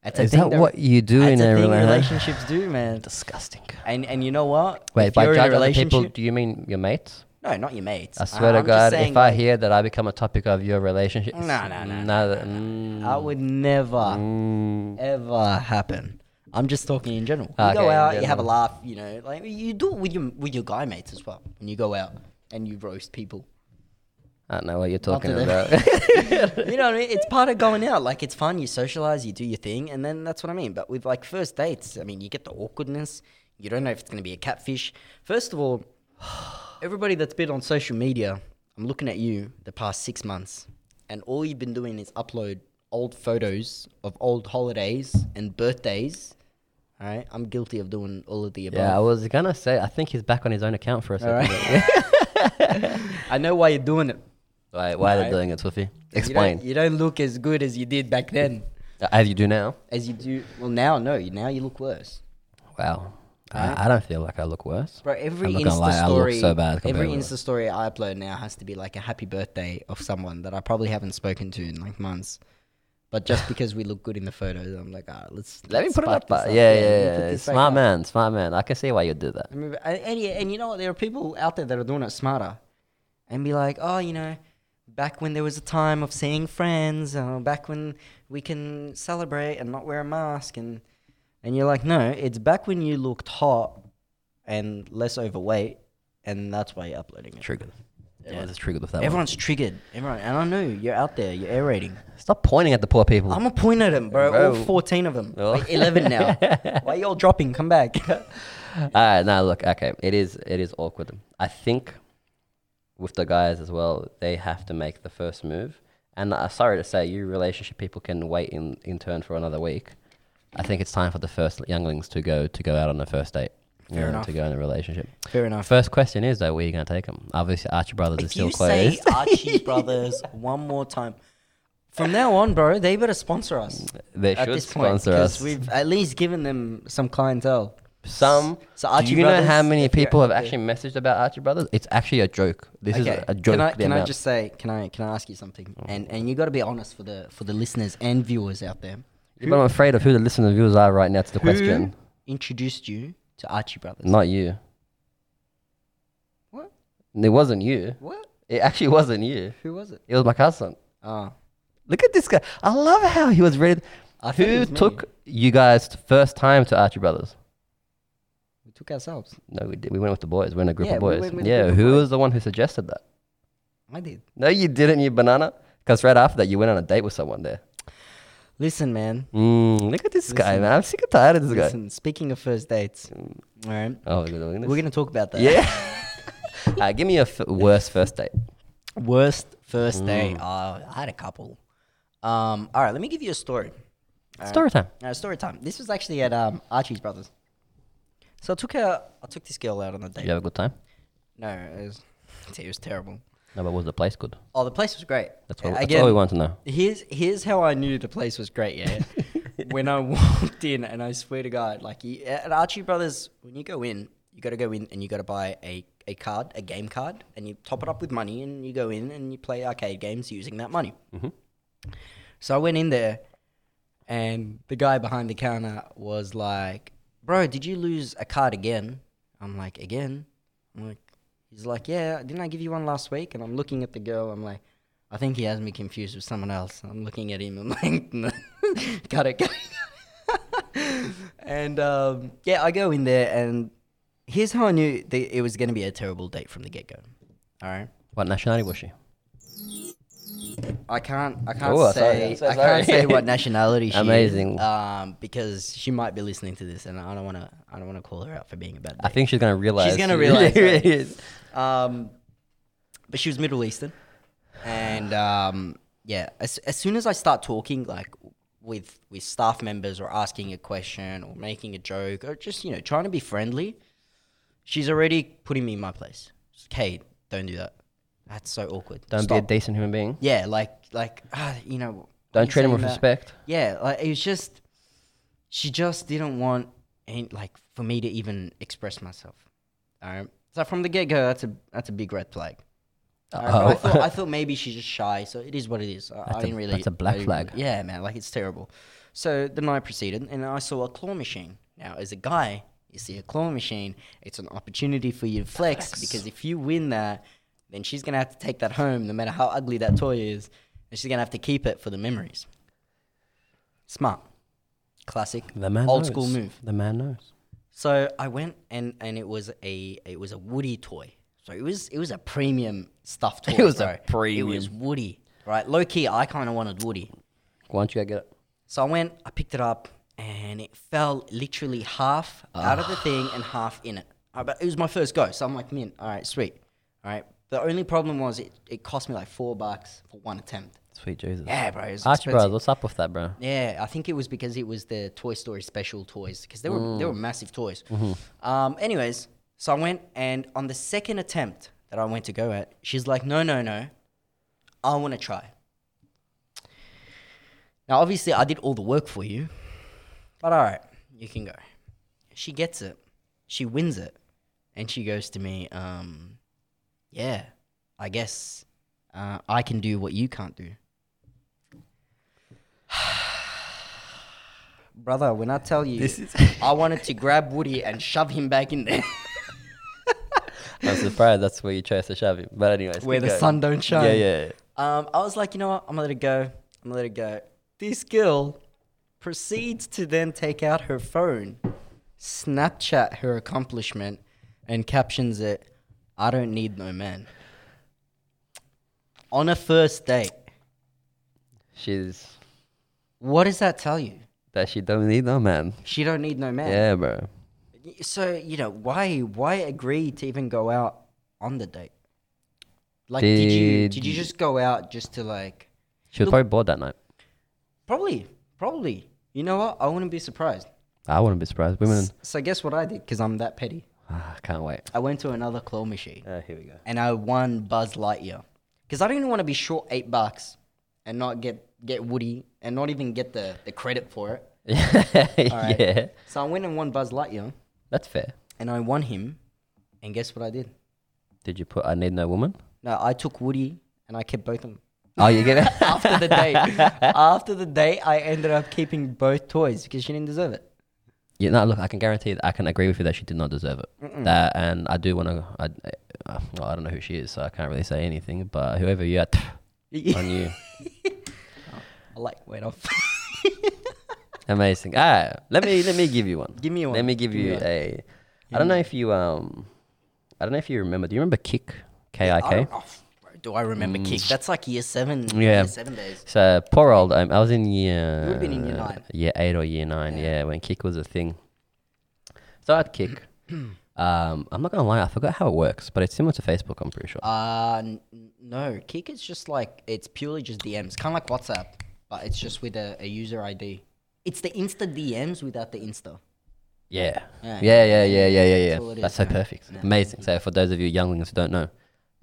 S1: That's a
S2: Is
S1: thing
S2: that what you do
S1: that's
S2: in
S1: a
S2: a
S1: thing
S2: rela-
S1: relationships do, man.
S2: Disgusting.
S1: And and you know what?
S2: Wait,
S1: If
S2: by
S1: you're in a
S2: judge other people,
S1: relationship-
S2: do you mean your mates?
S1: no, not your mates.
S2: I swear to
S1: I'm just
S2: God, if
S1: saying,
S2: I
S1: like,
S2: hear that I become a topic of your relationship,
S1: No, no, no, no, I
S2: no,
S1: would never. ever happen. I'm just talking in general. You
S2: Mm. Okay,
S1: go
S2: in
S1: out, you have a
S2: general.
S1: laugh, you know, like you do it with your with your guy mates as well. When you go out and you roast people,
S2: I don't know what you're talking
S1: to
S2: about.
S1: *laughs*
S2: *laughs*
S1: you know what I mean. It's part of going out. Like it's fun. You socialize, you do your thing, and then that's what I mean. But with like first dates, I mean, you get the awkwardness. You don't know if it's going to be a catfish. First of all, *sighs* everybody that's been on social media, I'm looking at you the past six months, and all you've been doing is upload old photos of old holidays and birthdays. All right, I'm guilty of doing all of the above.
S2: yeah, I was gonna say. I think he's back on his own account for a second.
S1: right. *laughs* I know why you're doing it.
S2: Wait, why are they
S1: No.
S2: doing it, Twiffy?
S1: You don't-
S2: Explain. Uh,
S1: You don't, look as good as you did back then,
S2: As you do now.
S1: as you do. Well, now no, you- now you look worse,
S2: Wow. I, I don't feel like I look worse.
S1: bro. Every
S2: I'm not gonna
S1: Insta
S2: lie, I look
S1: story,
S2: so bad
S1: every
S2: compared to
S1: Insta story I upload now has to be like a happy birthday of someone that I probably haven't spoken to in like months. But just because we look good in the photos, I'm like, ah, let's
S2: Let me
S1: let's
S2: put it
S1: spark
S2: up.
S1: this
S2: uh, Yeah, yeah,
S1: let me
S2: yeah.
S1: put this back
S2: Smart
S1: up.
S2: man, smart man. I can see why you do that.
S1: I mean, and, and, yeah, and you know what? There are people out there that are doing it smarter and be like, oh, you know, back when there was a time of seeing friends, uh, back when we can celebrate and not wear a mask. And, and you're like, no, it's back when you looked hot and less overweight. And that's why you're uploading it.
S2: Triggered. Everyone's triggered with that one.
S1: Everyone's triggered. Everyone, and I know you're out there. You're aerating.
S2: Stop pointing at the poor people.
S1: I'm a point at them, bro. All
S2: Bro.
S1: 14 of them.
S2: Oh.
S1: Like 11
S2: *laughs*
S1: now. Why you all dropping? Come back.
S2: All right, now Uh, look, okay, it is it is awkward. I think with the guys as well, they have to make the first move. And uh, sorry to say, you relationship people can wait in, in turn for another week. I think it's time for the first younglings to go to go out on a first date. you
S1: Fair
S2: know,
S1: enough.
S2: To go in a relationship.
S1: Fair enough.
S2: First question is though, where are you going to take them? Obviously, Archie Brothers is
S1: If
S2: still
S1: you *laughs*
S2: closed. *laughs*
S1: say Archie Brothers one more time, from now on, bro, they better sponsor us.
S2: they
S1: at
S2: should
S1: this point,
S2: sponsor
S1: 'cause
S2: us.
S1: We've at least given them some clientele.
S2: Some.
S1: So Archie
S2: do you know how
S1: Brothers,
S2: many
S1: if you're
S2: people have
S1: out there-
S2: actually messaged about Archie Brothers? It's actually a joke. This is a joke.
S1: Can I,
S2: the
S1: can I
S2: amount. Mm.
S1: just say? Can I can I ask you something? And and you got to be honest for the for the listeners and viewers out there.
S2: Yeah, but I'm afraid of who the listeners and viewers are right now to the question.
S1: Who introduced you to Archie Brothers?
S2: Not you.
S1: What?
S2: It wasn't you.
S1: What?
S2: It actually wasn't you.
S1: Who was it?
S2: It was my cousin.
S1: Oh,
S2: Look at this guy. I love how he was ready.
S1: I thought it
S2: Who
S1: was me.
S2: took you guys t- first time to Archie Brothers?
S1: we took ourselves.
S2: No, we did. We went with the boys. We're in a group
S1: Yeah,
S2: of
S1: we
S2: boys.
S1: went with a
S2: yeah,
S1: group of
S2: who
S1: boys.
S2: was the one who suggested that?
S1: I did.
S2: No, you didn't, you banana. Because right after that, you went on a date with someone there.
S1: Listen, man.
S2: Mm, look at this guy,
S1: Listen.
S2: man. I'm sick and tired of this guy.
S1: Listen. Speaking of first dates, all right,
S2: Oh, we're doing this.
S1: we're gonna talk about that.
S2: *laughs*
S1: *laughs*
S2: yeah. uh, give me your f- worst first date.
S1: Worst first date.
S2: Mm.
S1: Uh, I had a couple. Um. All right. Let me give you a story.
S2: Story time.
S1: Uh, story time. This was actually at um, Archie's brothers. So I took her. I took this girl out on a date.
S2: Did you have a good time?
S1: No, it was, it was terrible.
S2: No, but was the place good?
S1: Oh, the place was great.
S2: That's, what,
S1: Uh,
S2: that's all we want to know.
S1: Here's here's how I knew the place was great. Yeah, when I walked in, and I swear to God, like you, at Archie Brothers, when you go in, you got to go in and you got to buy a a card, a game card, and you top it up with money, and you go in and you play arcade games using that money. So I went in there, and the guy behind the counter was like, "Bro, did you lose a card again?" I'm like, "Again?" I'm like, he's like, "Yeah, didn't I give you one last week?" And I'm looking at the girl. I'm like, "I think he has me confused with someone else." I'm looking at him. I'm like, *laughs* no, "Got it, got it." *laughs* and um, yeah, I go in there, and here's how I knew that it was going to be a terrible date from the get go. All right.
S2: What nationality was she?
S1: I can't. I can't
S2: Oh, I'm sorry,
S1: say.
S2: I'm so
S1: I
S2: sorry.
S1: can't say
S2: *laughs*
S1: what nationality she
S2: Amazing.
S1: is, um, because she might be listening to this, and I don't want to. I don't want to call her out for being a bad.
S2: I
S1: Bitch.
S2: think she's gonna realize.
S1: gonna realize that.
S2: Yes.
S1: *laughs*
S2: Ah.
S1: Um, but she was Middle Eastern, and um, yeah. As, as soon as I start talking, like with with staff members or asking a question or making a joke or just you know trying to be friendly, she's already putting me in my place. Kate, don't do that. That's so awkward.
S2: Don't
S1: Stop.
S2: be a decent human being.
S1: Yeah, like like ah, you know.
S2: Don't
S1: you
S2: treat him
S1: saying
S2: with
S1: that-
S2: respect.
S1: Yeah, like it was just she just didn't want any, like for me to even express myself. All right. So from the get go, that's a that's a big red flag. All right, but I,
S2: Oh.
S1: thought,
S2: *laughs*
S1: I thought maybe she's just shy, so it is what it is. I, I didn't really.
S2: that's a black
S1: I didn't
S2: flag.
S1: really- yeah, man, like it's terrible. So the night proceeded, and I saw a claw machine. Now, as a guy, you see a claw machine, it's an opportunity for you to flex, because if you win that, then she's gonna have to take that home, no matter how ugly that toy is, and she's gonna have to keep it for the memories. Smart, classic,
S2: The man
S1: old
S2: knows.
S1: school move.
S2: The man knows.
S1: So I went and and it was a it was a Woody toy. So it was it was a premium *laughs* stuffed toy.
S2: It was a
S1: bro. It was Woody, right? Low key, I kind of wanted Woody.
S2: Why don't you go get it?
S1: So I went, I picked it up, and it fell literally half out of the thing *sighs* and half in it. Uh, but it was my first go, so I'm like, mint, all right, sweet, all right. The only problem was it, it cost me like four bucks for one attempt.
S2: Sweet Jesus.
S1: Yeah, bro. It was
S2: Archie
S1: expensive.
S2: Brothers, what's up with that, bro?
S1: Yeah, I think it was because it was the Toy Story special toys because they were they were massive toys. Um, anyways, so I went and on the second attempt that I went to go at, she's like, "No, no, no, I want to try." Now, obviously, I did all the work for you, but all right, you can go. She gets it, she wins it, and she goes to me, um, "Yeah, I guess uh, I can do what you can't do." Brother, when I tell you,
S2: This is-
S1: I wanted to grab Woody and shove him back in
S2: *laughs*
S1: there
S2: I'm surprised that's where you chose to shove him. But anyways,
S1: where
S2: keep
S1: the
S2: going.
S1: sun don't shine.
S2: Yeah, yeah. yeah.
S1: Um, I was like, you know what? I'm gonna let it go. I'm gonna let it go. This girl proceeds to then take out her phone, Snapchat her accomplishment, and captions it, "I don't need no man." On a first date,
S2: She's
S1: what does that tell you?
S2: that she don't need no man.
S1: She don't need no man.
S2: Yeah, bro.
S1: So you know why why agree to even go out on the date? Like, did, you
S2: Did-
S1: did you just go out just to like?
S2: She was
S1: Look-
S2: probably bored that night.
S1: Probably, probably. You know what? I wouldn't be surprised.
S2: I wouldn't be surprised. Women,
S1: S- So guess what I did? Because I'm that petty.
S2: ah, can't wait.
S1: I went to another claw machine
S2: Uh, here we go.
S1: and I won Buzz Lightyear. Because I didn't want to be short eight bucks and not get get Woody and not even get the the credit for it.
S2: *laughs* yeah.
S1: right. So I went and won Buzz Lightyear,
S2: That's fair.
S1: and I won him. And guess what I did?
S2: Did you put I need no woman?
S1: No, I took Woody and I kept both of them.
S2: Oh, you get *laughs* it?
S1: After the day, after the day, I ended up keeping both toys because she didn't deserve it.
S2: Yeah, no, look, I can guarantee that I can agree with you that she did not deserve it. That, and I do want to. I, uh, well, I don't know who she is, so I can't really say anything. But whoever you are, *laughs* on you,
S1: *laughs* I like went off.
S2: amazing. Ah, let me let me give you one.
S1: Give me one.
S2: Let me give you a. I don't know if you um, I don't know if you remember. Do you remember Kick? K I
S1: I
S2: K.
S1: don't- oh, bro, do I remember kick? That's like year seven.
S2: Mm. Yeah.
S1: year seven days.
S2: So poor old. Um, I was in year.
S1: would've been in year nine.
S2: Year eight or year nine. Yeah, when kick was a thing. So I'd
S1: *clears throat*
S2: kick. um, I'm not gonna lie. I forgot how it works, but it's similar to Facebook. I'm pretty sure.
S1: Uh, n- n- no, Kick is just like it's purely just DMs, kind of like WhatsApp, but it's just with a, a user ID. It's the Insta DMs without the Insta.
S2: Yeah.
S1: Yeah.
S2: Yeah, yeah, yeah, yeah, yeah, yeah.
S1: That's all it
S2: That's,
S1: is,
S2: so perfect. Amazing. So for those of you younglings who don't know,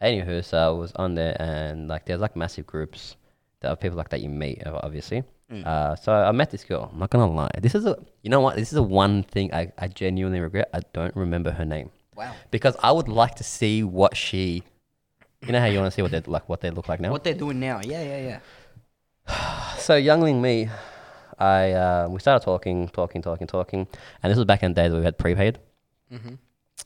S2: anywho, so I was on there and like there's like massive groups that are people like that you meet ob- obviously.
S1: Mm.
S2: Uh, so I met this girl. I'm not gonna lie. This is a you know what? This is the one thing I, I genuinely regret. I don't remember her name
S1: Wow.
S2: because I would like to see what she. You know how you want to see what they like, what they look like now.
S1: What they're doing now? Yeah, yeah, yeah.
S2: So youngling me, I uh, we started talking, talking, talking, talking, and this was back in the days where we had prepaid.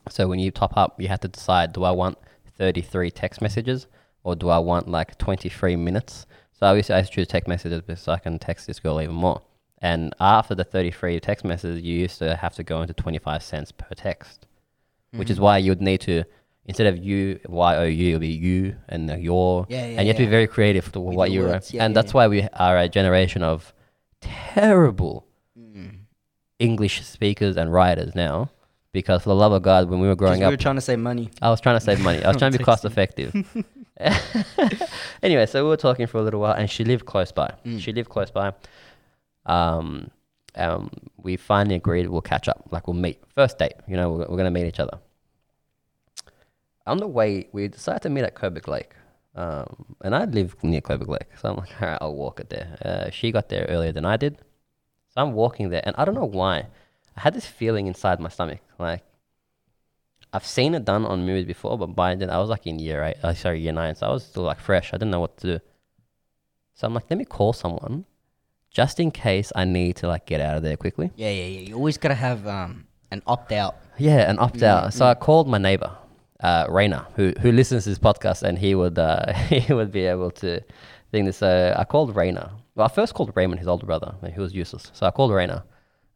S2: So when you top up, you had to decide: do I want thirty-three text messages or do I want like twenty-three minutes? So I used to, I used to choose text messages because I can text this girl even more. And after the thirty-three text messages, you used to have to go into twenty-five cents per text, which is why you would need to. Instead of you, Y O U, it'll be you and the your.
S1: Yeah,
S2: and
S1: yeah,
S2: you have to
S1: yeah.
S2: be very creative to what
S1: the
S2: you were.
S1: words, yeah,
S2: and
S1: yeah,
S2: that's why we are a generation of terrible
S1: Mm.
S2: English speakers and writers now. Because for the love of God, when we were growing
S1: we
S2: up,
S1: were trying to save money.
S2: I was trying to save money. I was trying to be cost effective. *laughs* anyway, so we were talking for a little while, and she lived close by. She lived close by. Um, um, we finally agreed we'll catch up, like we'll meet. First date, you know, we're, we're gonna meet each other. On the way, we decided to meet at Coburg Lake, um, and I live near Coburg Lake, so I'm like, *laughs* all right, I'll walk it there. Uh, she got there earlier than I did, so I'm walking there, and I don't know why, I had this feeling inside my stomach, like. I've seen it done on movies before, but by then I was like in year eight, uh, sorry, year nine, so I was still like fresh. I didn't know what to do. So I'm like, let me call someone just in case I need to like get out of there quickly.
S1: Yeah, yeah, yeah. You always gotta have um an opt out.
S2: Yeah, and opt out. So I called my neighbor, uh, Rainer, who who listens to this podcast, and he would uh, *laughs* he would be able to think this. So I called Rainer. Well, I first called Raymond, his older brother, but he was useless. So I called Rainer.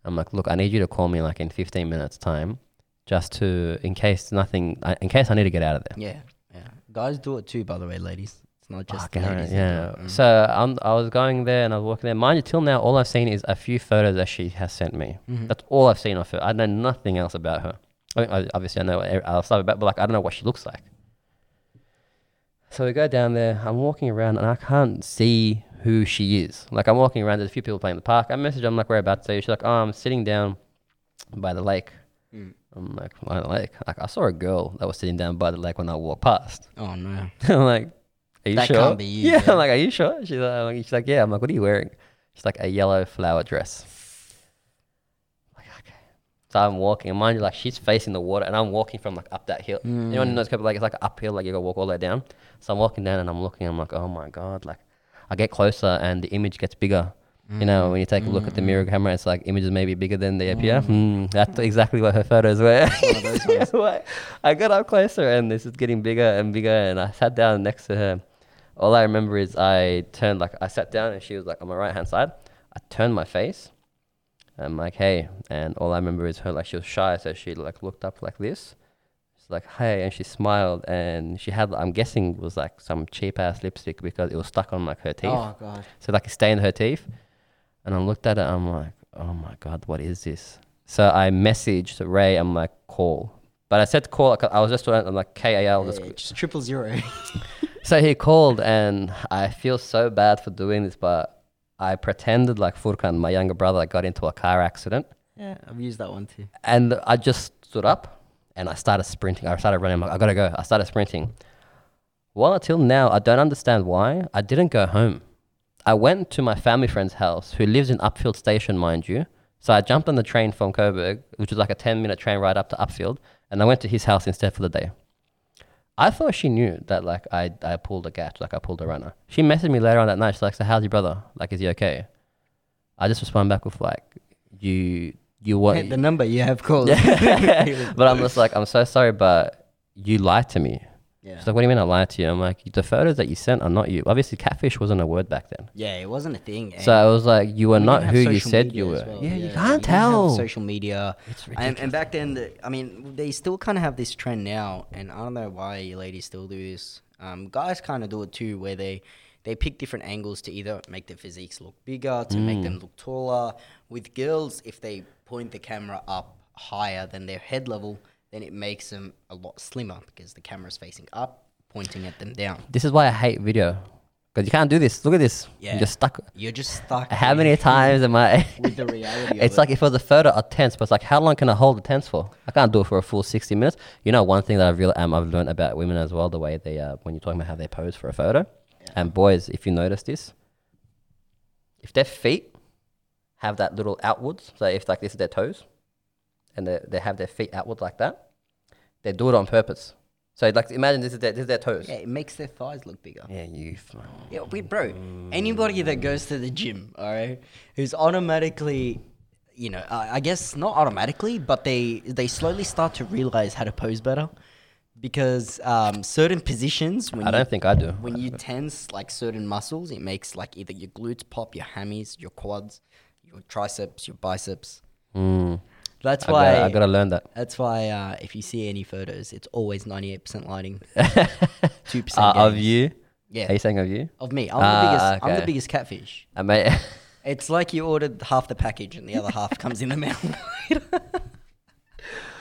S2: I'm like, look, I need you to call me like in 15 minutes time, just to in case nothing, I- in case I need to get out of there.
S1: Yeah, yeah. Guys do it too, by the way, ladies. It's not just
S2: Fucking hell,
S1: ladies. Mm. that
S2: yeah.
S1: do it.
S2: So I'm, I was going there and I was walking there. Mind you, till now, all I've seen is a few photos that she has sent me.
S1: Mm-hmm.
S2: That's all I've seen of her. I know nothing else about her. I mean, I, obviously, I know e- other stuff about, but like, I don't know what she looks like. So we go down there. I'm walking around and I can't see who she is. Like, I'm walking around. There's a few people playing in the park. I message. her, I'm like, whereabouts are you? She's like, oh, I'm sitting down by the lake.
S1: Mm.
S2: I'm like, by the lake. Like, I saw a girl that was sitting down by the lake when I walked past.
S1: Oh no.
S2: *laughs* I'm like, are you
S1: That
S2: sure?
S1: can't be you,
S2: Yeah.
S1: yeah.
S2: I'm like, are you sure? She's like, I'm like- she's like, yeah. I'm like, what are you wearing? She's like, a yellow flower dress. I'm like, okay. So I'm walking, and mind you, like she's facing the water, and I'm walking from like up that hill. Anyone who
S1: Mm.
S2: knows Copenhagen, like it's like an uphill, like you gotta walk all the way down. So I'm walking down, and I'm looking, I'm like, oh my god, like I get closer, and the image gets bigger. You
S1: Mm.
S2: know, when you take a look at the mirror camera, it's like images may be bigger than they appear. Hmm, that's exactly what her photos were. *laughs* Yeah, like, I got up closer and this is getting bigger and bigger and I sat down next to her. All I remember is I turned like I sat down and she was like on my right hand side. I turned my face. I'm like, hey, and all I remember is her like she was shy, so she like looked up like this. She's like, hey, and she smiled and she had I'm guessing it was like some cheap ass lipstick because it was stuck on like her teeth.
S1: Oh god.
S2: So like it stained her teeth. And I looked at it, I'm like, oh my God, what is this? So I messaged Ray, I'm like, call. But I said call, like, I was just doing, I'm like, K A L.
S1: Yeah, just triple zero. *laughs*
S2: So he called, and I feel so bad for doing this, but I pretended like Furkan, my younger brother, got into a car accident.
S1: yeah, I've used that one too.
S2: And I just stood up and I started sprinting. I started running. I'm like, I gotta go. I started sprinting. Well, until now, I don't understand why I didn't go home. I went to my family friend's house, who lives in Upfield Station, mind you. So I jumped on the train from Coburg, which was like a 10 minute train ride up to Upfield, and I went to his house instead for the day. I thought she knew that like I, I pulled a gatch, like I pulled a runner. She messaged me later on that night. She's like, "So how's your brother? Like, is he okay?" I just respond back with like, "You you what?"
S1: the number you have
S2: *laughs*
S1: called. *laughs*
S2: but I'm just like, "I'm so sorry, but you lied to me."
S1: Yeah.
S2: She's like, "What do you mean I lied to you?" I'm like, "The photos that you sent are not you. Obviously, catfish wasn't a word back then."
S1: Yeah, it wasn't a thing.
S2: So I was like, "You were
S1: We
S2: not
S1: didn't have
S2: who you
S1: social
S2: said
S1: media
S2: you were."
S1: as well.
S2: Yeah, you
S1: we
S2: can't
S1: didn't have
S2: tell.
S1: social media.
S2: It's
S1: And, and back then, the, I mean, they still kind of have this trend now, and I don't know why you ladies still do this. Um, guys kind of do it too, where they they pick different angles to either make their physiques look bigger, to make
S2: Mm.
S1: them look taller. With girls, if they point the camera up higher than their head level, then it makes them a lot slimmer because the camera's facing up, pointing at them down.
S2: This is why I hate video because you can't do this. Look at this.
S1: Yeah.
S2: You're just stuck.
S1: You're just stuck.
S2: How
S1: with-
S2: many times am I?
S1: with the
S2: *laughs*
S1: reality?
S2: It's
S1: of
S2: like if it was a photo a tense, but it's like how long can I hold a tense for? I can't do it for a full sixty minutes. You know, one thing that I've really um, I've learned about women as well, the way they uh, when you're talking about how they pose for a photo, and boys, if you notice this, if their feet have that little outwards, so if like this is their toes, and they, they have their feet outward like that, they do it on purpose. So like imagine this is their this is their toes.
S1: it. yeah, it makes their thighs look bigger.
S2: Yeah, you. f-
S1: Yeah, we, bro. Anybody that goes to the gym, all right, who's automatically, you know, I, I guess not automatically, but they they slowly start to realize how to pose better, because um, certain positions when
S2: I
S1: you,
S2: don't think I do.
S1: when you tense like certain muscles, it makes like either your glutes pop, your hammies, your quads, your triceps, your biceps.
S2: Mm,
S1: That's
S2: I, gotta,
S1: why.
S2: I gotta learn that.
S1: that's why uh, if you see any photos, it's always ninety eight percent
S2: *laughs*
S1: lighting, two
S2: Uh,
S1: percent
S2: of you? Are
S1: Yeah,
S2: you saying of you?
S1: of me. I'm the
S2: Ah,
S1: biggest. I'm the
S2: okay.
S1: biggest catfish.
S2: I may. *laughs*
S1: It's like you ordered half the package and the other half comes
S2: *laughs*
S1: in the mail.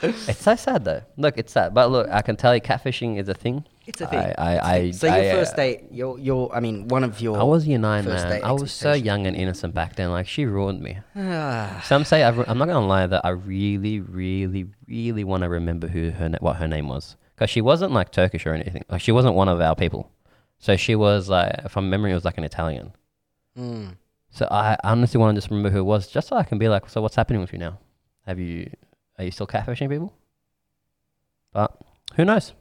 S2: It's so sad though. Look, it's sad. But look, I can tell you, catfishing is a thing.
S1: It's a thing.
S2: I, I, I,
S1: so your
S2: I, uh,
S1: first date, your your I mean one of your
S2: I was year nine,
S1: first
S2: man.
S1: date
S2: I was so
S1: expectation.
S2: young and innocent back then. Like she
S1: *sighs*
S2: ruined me.
S1: Ah,
S2: Some say I, am not gonna lie that I really, really, really want to remember who her na- what her name was because she wasn't like Turkish or anything. Like she wasn't one of our people. So she was like, from memory, it was like an Italian.
S1: mm.
S2: So I honestly want to just remember who it was, just so I can be like, so what's happening with you now? Have you are you still catfishing people? But who knows?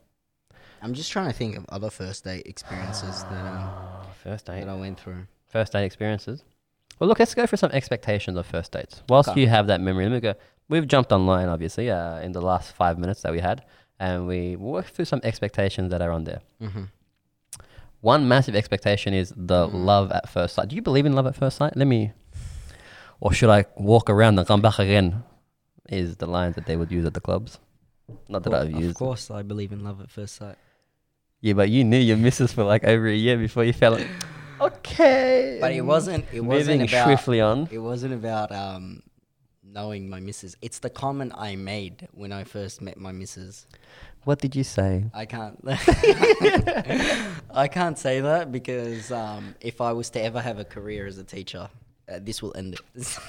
S1: I'm just trying to think of other first date experiences that um,
S2: Oh, First date.
S1: that I went through.
S2: First date experiences. Well, look, let's go for some expectations of first dates. Whilst
S1: Okay.
S2: you have that memory, let me go. We've jumped online, obviously, uh, in the last five minutes that we had, and we worked through some expectations that are on there.
S1: Mm-hmm.
S2: One massive expectation is
S1: Mm.
S2: the love at first sight. Do you believe in love at first sight? Let me. Or should I walk around and come back again? Is the lines that they would use at the clubs. Not that I've
S1: of
S2: used.
S1: course, I believe in love at first sight.
S2: Yeah, but you knew your missus for like over a year before you
S1: *laughs*
S2: fell. in- okay.
S1: But it wasn't. It wasn't
S2: Moving
S1: about.
S2: swiftly on.
S1: It wasn't about um, knowing my missus. It's the comment I made when I first met my missus.
S2: What did
S1: *laughs*
S2: you say?
S1: I can't. I can't say that because um, if I was to ever have a career as a teacher, uh, this will end it. *laughs*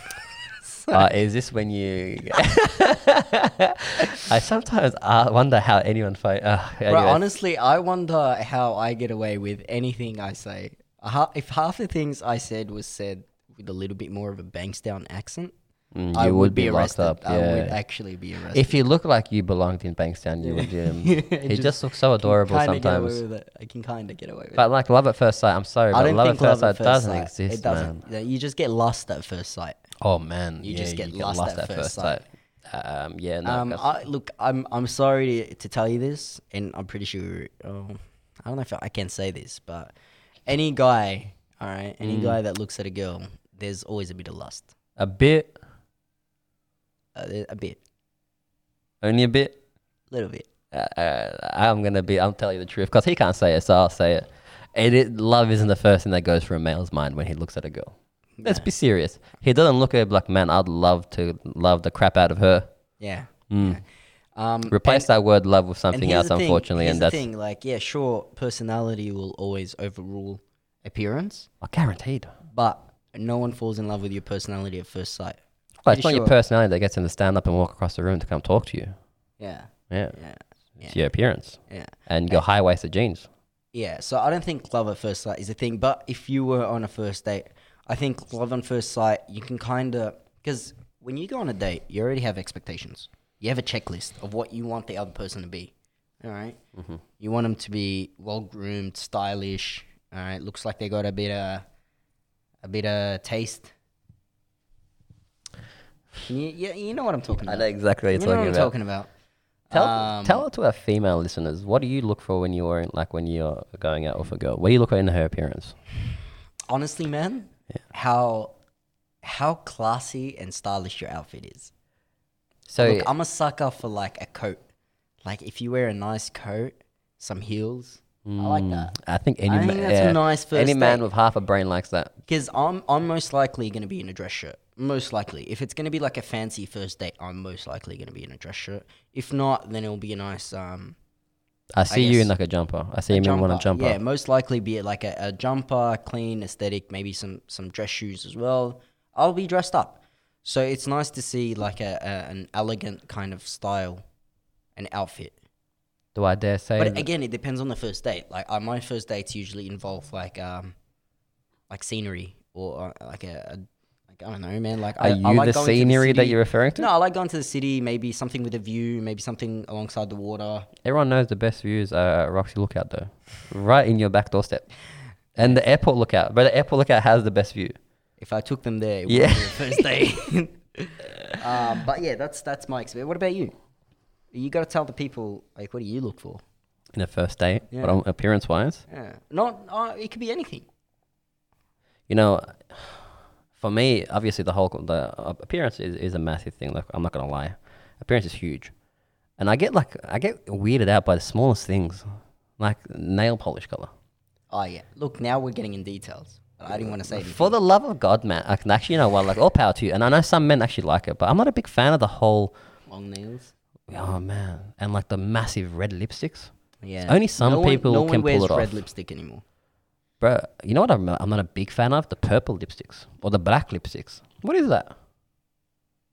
S1: So-
S2: Uh, is this when you? *laughs* I sometimes uh, wonder how anyone fight. Uh,
S1: Bro,
S2: anyways.
S1: honestly, I wonder how I get away with anything I say. Ha- If half the things I said was said with a little bit more of a Bankstown accent,
S2: Mm,
S1: I
S2: you
S1: would, be,
S2: locked
S1: arrested.
S2: up. Yeah.
S1: I would actually be arrested.
S2: if you look like you belonged in Bankstown, you would.
S1: *laughs*
S2: Um,
S1: Yeah,
S2: it
S1: just-
S2: just, looks so adorable
S1: Kinda get away
S2: sometimes.
S1: with it. I can kind of get away with it.
S2: But like love at first sight, I'm sorry,
S1: I
S2: but
S1: don't
S2: love at
S1: think
S2: first
S1: love
S2: sight
S1: at first
S2: doesn't
S1: sight.
S2: exist,
S1: It doesn't.
S2: man.
S1: You just get lost at first sight.
S2: Oh man,
S1: You
S2: yeah,
S1: just get lost at first
S2: Um, yeah, no,
S1: Um,
S2: that's-
S1: I, look, I'm I'm sorry to, to tell you this, and I'm pretty sure. Um, I don't know if I can say this, but any guy, all right,
S2: Mm.
S1: any guy that looks at a girl, there's always a bit of lust,
S2: a bit,
S1: uh, there- a bit,
S2: only a bit.
S1: little bit.
S2: Uh, uh, I'm gonna be. I'm telling you the truth because he can't say it, so I'll say it. It, it. Love isn't the first thing that goes through a male's mind when he looks at a girl. Let's be serious. He doesn't look at it like, man, I'd love to love the crap out of her.
S1: Yeah.
S2: Mm.
S1: Um,
S2: Replace that word love with
S1: and
S2: something
S1: here's
S2: else,
S1: the thing,
S2: unfortunately,
S1: here's
S2: and
S1: the
S2: that's.
S1: thing. Like, yeah, sure, personality will always overrule appearance,
S2: Oh, guaranteed.
S1: but no one falls in love with your personality at first sight.
S2: Well, it's
S1: Pretty
S2: not
S1: sure.
S2: your personality that gets him to stand up and walk across the room to come talk to you.
S1: Yeah,
S2: Yeah,
S1: yeah,
S2: it's your appearance
S1: yeah.
S2: and your high waisted jeans.
S1: Yeah, so I don't think love at first sight is a thing, but if you were on a first date, I think love on first sight, you can kind of because when you go on a date, you already have expectations. You have a checklist of what you want the other person to be. All right?
S2: Mm-hmm.
S1: You want them to be well groomed, stylish. All right, looks like they got a bit of a bit of taste. You, you, you know what I'm talking
S2: I
S1: about.
S2: know exactly what
S1: you
S2: you're
S1: know what I'm talking
S2: talking about.
S1: about.
S2: Tell,
S1: Um,
S2: tell it to our female listeners. What do you look for when you're in, like when you're going out with a girl? What do you look for in her appearance?
S1: honestly, man, how how classy and stylish your outfit is.
S2: So
S1: Look, I'm a sucker for like a coat. Like if you wear a nice coat, some heels, I like that.
S2: I think Mm. any
S1: I think
S2: ma-
S1: that's a
S2: yeah,
S1: nice
S2: any
S1: first
S2: man
S1: date.
S2: with half a brain likes that.
S1: Because I'm I'm most likely gonna be in a dress shirt. Most likely, if it's gonna be like a fancy first date, I'm most likely gonna be in a dress shirt. If not, then it'll be a nice um
S2: I see you in
S1: guess.
S2: like a jumper. I see him in one a jumper.
S1: Yeah, most likely be like a, a jumper, clean aesthetic, maybe some some dress shoes as well. I'll be dressed up, so it's nice to see like a, a an elegant kind of style, an outfit.
S2: Do I dare say?
S1: But
S2: that-
S1: again, it depends on the first date. Like uh, my first dates usually involve like um, like scenery or uh, like a, a like I don't know, man. Like
S2: are
S1: I,
S2: you
S1: I like
S2: the
S1: going to
S2: scenery that
S1: city.
S2: you're referring to?
S1: No, I like going to the city. Maybe something with a view. Maybe something alongside the water.
S2: Everyone knows the best views are Roxy Lookout though, right in your back doorstep, and the airport lookout. But the airport lookout has the best view.
S1: If I took them there, it
S2: Yeah.
S1: yeah. would be the first date. *laughs*
S2: *laughs*
S1: um, but yeah, that's that's my experience. What about you? You got to tell the people like what do you look for?
S2: in a first date,
S1: Yeah.
S2: but on appearance wise,
S1: Yeah, not uh, it could be anything.
S2: you know, for me, obviously the whole the uh, appearance is, is a massive thing. Like I'm not gonna lie, appearance is huge, and I get like I get weirded out by the smallest things, like nail polish color.
S1: Oh yeah, look now we're getting in details. I didn't want to say anything.
S2: For the love of God, man! I can actually, you know what? Like all power to you. And I know some men actually like it, but I'm not a big fan of the whole.
S1: long nails.
S2: Oh man! And like the massive red lipsticks.
S1: Yeah.
S2: Only some
S1: No one-
S2: people
S1: no
S2: can
S1: one wears
S2: pull it off.
S1: red lipstick anymore.
S2: Bro, you know what I'm, I'm not a big fan of? The purple lipsticks or the black lipsticks. What is that?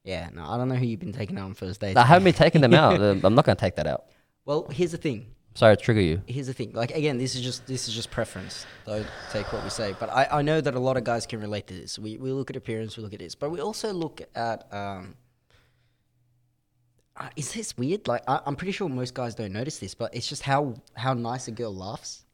S1: Yeah, no, I don't know who you've been taking out on first dates.
S2: I
S1: *laughs*
S2: haven't been taking them out. Uh, I'm not going to take that out.
S1: well, here's the thing.
S2: Sorry to trigger you.
S1: Here's the thing. Like again, this is just this is just preference. Don't take what we say. But I, I know that a lot of guys can relate to this. We we look at appearance, we look at this, but we also look at um. Uh, is this weird? Like I, I'm pretty sure most guys don't notice this, but it's just how how nice a girl laughs.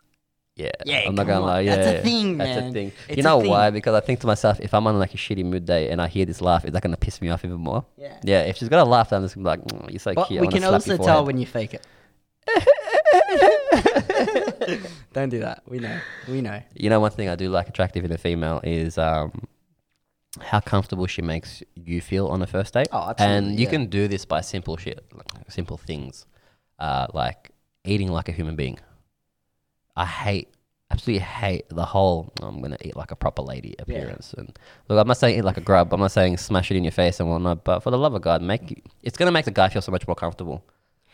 S2: Yeah.
S1: Yeah,
S2: I'm not
S1: come
S2: going to lie.
S1: on.
S2: Yeah.
S1: That's a thing,
S2: That's a
S1: man.
S2: thing. you
S1: It's a
S2: know
S1: thing.
S2: why? Because I think to myself, if I'm on like a shitty mood day and I hear this laugh, is that going to piss me off even more?
S1: Yeah.
S2: Yeah. If she's got a laugh, then I'm just going to be like, "Mm, you're so
S1: But
S2: cute. I
S1: we
S2: wanna
S1: can
S2: slap
S1: also
S2: your
S1: tell
S2: forehead."
S1: when you fake
S2: *laughs*
S1: it. *laughs* Don't do that. We know. We know.
S2: You know, one thing I do like attractive in a female is um, how comfortable she makes you feel on a first date.
S1: Oh,
S2: And
S1: absolutely,
S2: you
S1: yeah.
S2: can do this by simple shit, like simple things, uh, like eating like a human being. I hate, absolutely hate the whole "Oh, I'm gonna eat like a proper lady appearance. And look, I'm not saying eat like a grub. I'm not saying smash it in your face and whatnot. But for the love of God, make it's gonna make the guy feel so much more comfortable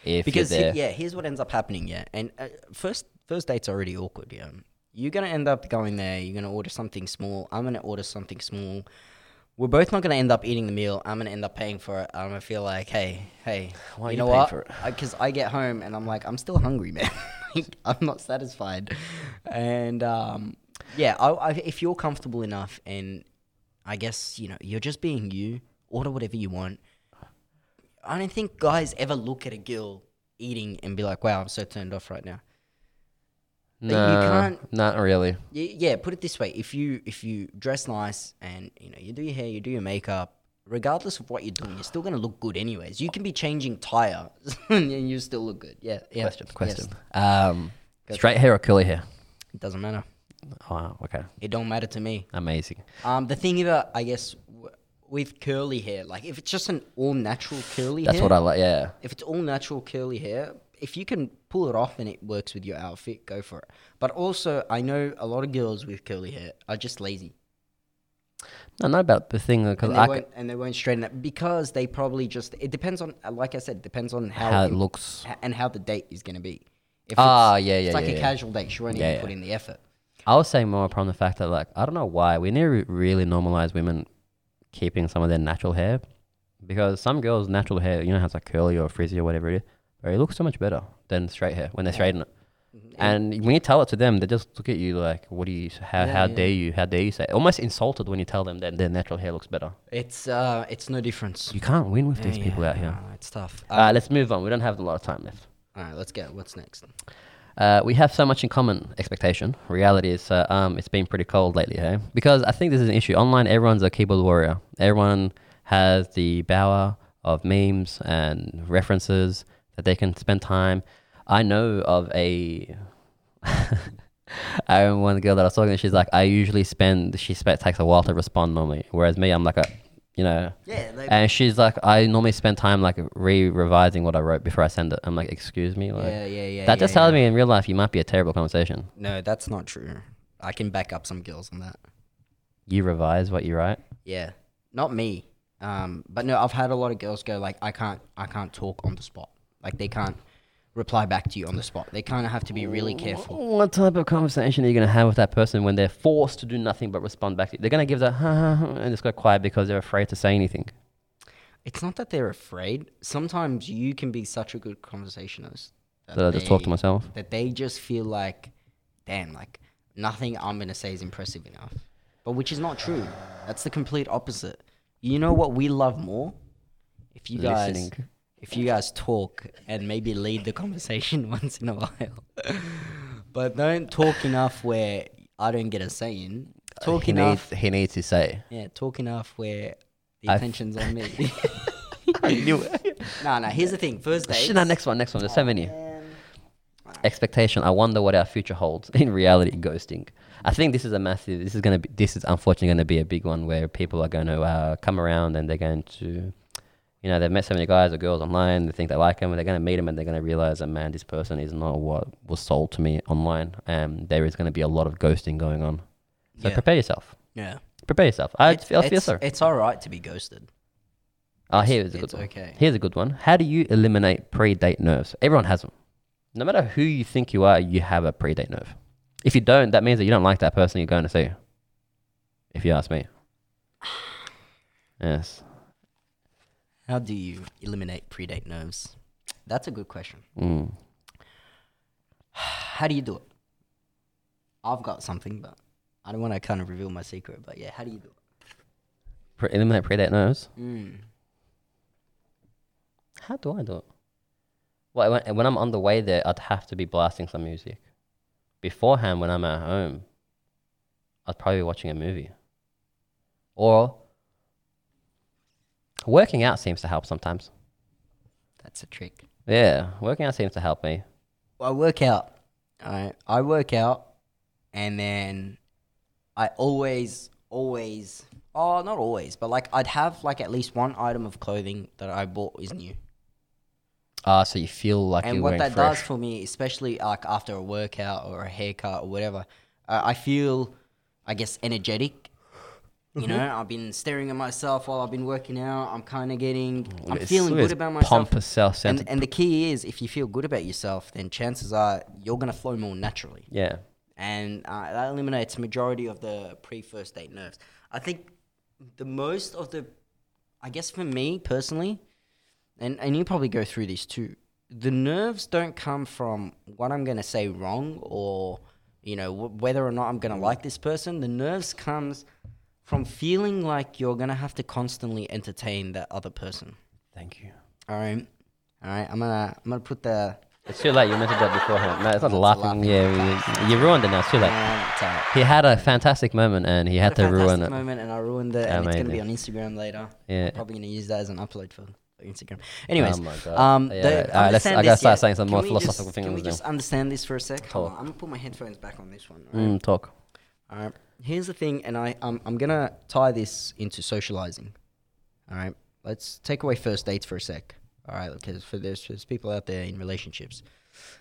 S2: if
S1: because
S2: you're
S1: he-
S2: there.
S1: yeah, here's what ends up happening. Yeah, and uh, first first date's already awkward. Yeah, you're gonna end up going there. You're gonna order something small. I'm gonna order something small. We're both not gonna end up eating the meal. I'm gonna end up paying for it. I'm gonna feel like, hey, hey,
S2: Why are
S1: you
S2: you
S1: know
S2: paying
S1: what?
S2: for it?
S1: Because I, get home and I'm like, I'm still hungry, man. *laughs* like, I'm not satisfied. And um, yeah, I, I, if you're comfortable enough, and I guess you know, you're just being you. Order whatever you want. I don't think guys ever look at a girl eating and be like, "Wow, I'm so turned off right now." you
S2: Nah,
S1: can't-
S2: Not really.
S1: Y- Yeah, put it this way: if you if you dress nice and you know you do your hair, you do your makeup, regardless of what you're doing, you're still gonna look good anyways. You can be changing tire *laughs* and you still look good. Yeah, yeah.
S2: Question.
S1: yes.
S2: Question. Um, straight hair or curly hair?
S1: It doesn't matter.
S2: Wow. Okay.
S1: It don't matter to me.
S2: Amazing.
S1: Um, the thing about I guess w- with curly hair, like if it's just an all natural curly
S2: That's
S1: hair,
S2: what I like. Yeah.
S1: if it's all natural curly hair, if you can pull it off and it works with your outfit, go for it. But also, I know a lot of girls with curly hair are just lazy.
S2: No, not about the thing because
S1: And they,
S2: I c-
S1: won't, and they won't straighten it because they probably just, it depends on, like I said, it depends on how,
S2: how it
S1: im-
S2: looks.
S1: h- and how the date is going to be. If
S2: Ah,
S1: it's,
S2: yeah, yeah,
S1: It's like
S2: yeah,
S1: a
S2: yeah.
S1: casual date. She won't
S2: Yeah,
S1: even
S2: yeah.
S1: put in the effort.
S2: I was saying more upon the fact that like I don't know why we need to really normalize women keeping some of their natural hair because some girls' natural hair, you know, has like curly or frizzy or whatever it is, but it looks so much better than straight hair when they straighten it. And when you tell it to them, they just look at you like, "What do you? How,
S1: Yeah,
S2: how
S1: yeah.
S2: dare you? How dare you say?" Almost insulted when you tell them that their natural hair looks better.
S1: It's uh, it's no difference.
S2: You can't win with
S1: Yeah,
S2: these people
S1: yeah,
S2: out here.
S1: no, it's tough.
S2: All right, Uh, let's move on. We don't have a lot of time left.
S1: all right, let's get what's next.
S2: Uh, we have so much in common. Expectation, reality is uh, um, it's been pretty cold lately, hey. Because I think this is an issue. Online, everyone's a keyboard warrior. Everyone has the bower of memes and references that they can spend time. I know of a. *laughs* I remember one girl that I was talking to. She's like, I usually spend. She spent takes a while to respond normally, whereas me, I'm like a, you know.
S1: Yeah, they,
S2: And she's like, I normally spend time like re-revising what I wrote before I send it. I'm like, excuse me, like.
S1: yeah, yeah, yeah.
S2: That just
S1: yeah,
S2: tells
S1: yeah.
S2: me in real life you might be a terrible conversation.
S1: No, that's not true. I can back up some girls on that.
S2: You revise what you write.
S1: Yeah, not me. Um, but no, I've had a lot of girls go like, I can't, I can't talk on the spot. Like they can't reply back to you on the spot. They kind of have to be really careful.
S2: What type of conversation are you going to have with that person when they're forced to do nothing but respond back? To you? They're going to give that huh, huh, huh, and just go quiet because they're afraid to say anything.
S1: It's not that they're afraid. Sometimes you can be such a good conversationalist that
S2: So I just talk to
S1: they-
S2: myself.
S1: That they just feel like, damn, like nothing I'm gonna say is impressive enough. But which is not true. That's the complete opposite. You know what we love more? If you guys
S2: Listening.
S1: if you guys talk and maybe lead the conversation *laughs* once in a while. but don't talk enough where I don't get a saying. Talk
S2: he
S1: enough
S2: Needs, he needs to say.
S1: yeah, talk enough where the
S2: I-
S1: attention's on me.
S2: *laughs*
S1: *laughs*
S2: I knew it.
S1: no, no, here's the thing. First date.
S2: Shit, no, next one, next one. There's so many. Expectation. I wonder what our future holds. *laughs* In reality, ghosting. I think this is a massive. This is gonna. Be, this is unfortunately gonna be a big one where people are going to uh, come around and they're going to, you know, they've met so many guys or girls online. They think they like them, and they're going to meet them, and they're going to realize that man, this person is not what was sold to me online. And there is going to be a lot of ghosting going on. So
S1: Yeah.
S2: prepare yourself.
S1: Yeah.
S2: Prepare yourself. I
S1: It-
S2: feel, I feel
S1: it's,
S2: so.
S1: It's all right to be ghosted.
S2: Oh, here's a good
S1: it's
S2: one.
S1: okay.
S2: Here's a good one. How do you eliminate pre-date nerves? Everyone has them. No matter who you think you are, you have a pre-date nerve. If you don't, that means that you don't like that person you're going to see. If you ask me. Yes.
S1: How do you eliminate predate nerves? That's a good question.
S2: Mm.
S1: How do you do it? I've got something, but I don't want to kind of reveal my secret. But yeah, how do you do it?
S2: Pre- eliminate pre-date nerves.
S1: Mm.
S2: How do I do it? Well, when, when I'm on the way there, I'd have to be blasting some music. Beforehand, when I'm at home, I'd probably be watching a movie. Or working out seems to help sometimes.
S1: That's a trick.
S2: Yeah, working out seems to help me.
S1: I work out. All right, I work out, and then I always, always, oh, not always, but like I'd have like at least one item of clothing that I bought is new.
S2: Ah, so you feel like
S1: and
S2: you're
S1: what
S2: wearing
S1: that
S2: fresh.
S1: does for me, especially like after a workout or a haircut or whatever, uh, I feel, I guess, energetic.
S2: Mm-hmm.
S1: You know, I've been staring at myself while I've been working out. I'm kind of getting, I'm
S2: It's-
S1: feeling
S2: it's
S1: good about myself.
S2: Pompous self
S1: And, and the key is, if you feel good about yourself, then chances are you're gonna flow more naturally,
S2: Yeah.
S1: and uh, that eliminates majority of the pre-first date nerves. I think the most of the, I guess for me personally, and, and you probably go through this too. The nerves don't come from what I'm going to say wrong or, you know, wh- whether or not I'm going to like this person. The nerves comes from feeling like you're going to have to constantly entertain that other person.
S2: Thank you.
S1: All right. All right. I'm going to I'm going to put the
S2: It's too late. You mentioned that beforehand. No, it's not laughing.
S1: laughing.
S2: Yeah, you, you ruined it now. It's too late.
S1: um, it's all right.
S2: He had a fantastic moment and he
S1: Had
S2: had to
S1: a
S2: ruin
S1: fantastic
S2: it.
S1: moment and I ruined it and it's going to be on
S2: Amazing.
S1: Instagram later.
S2: Yeah.
S1: Probably going to use that as an upload for Instagram. Anyways,
S2: Oh my God.
S1: um,
S2: Yeah,
S1: the-
S2: right. All right, let's-
S1: understand
S2: I gotta
S1: this,
S2: start
S1: yeah.
S2: saying some
S1: Can
S2: more
S1: we
S2: philosophical
S1: just-
S2: things
S1: Can we
S2: now.
S1: just understand this for a sec? Hold on,
S2: Talk.
S1: I'm gonna put my headphones back on this one. right?
S2: Mm, talk.
S1: All right. Here's the thing, and I um, I'm gonna tie this into socializing. All right. Let's take away first dates for a sec. All right, because for there's, there's people out there in relationships.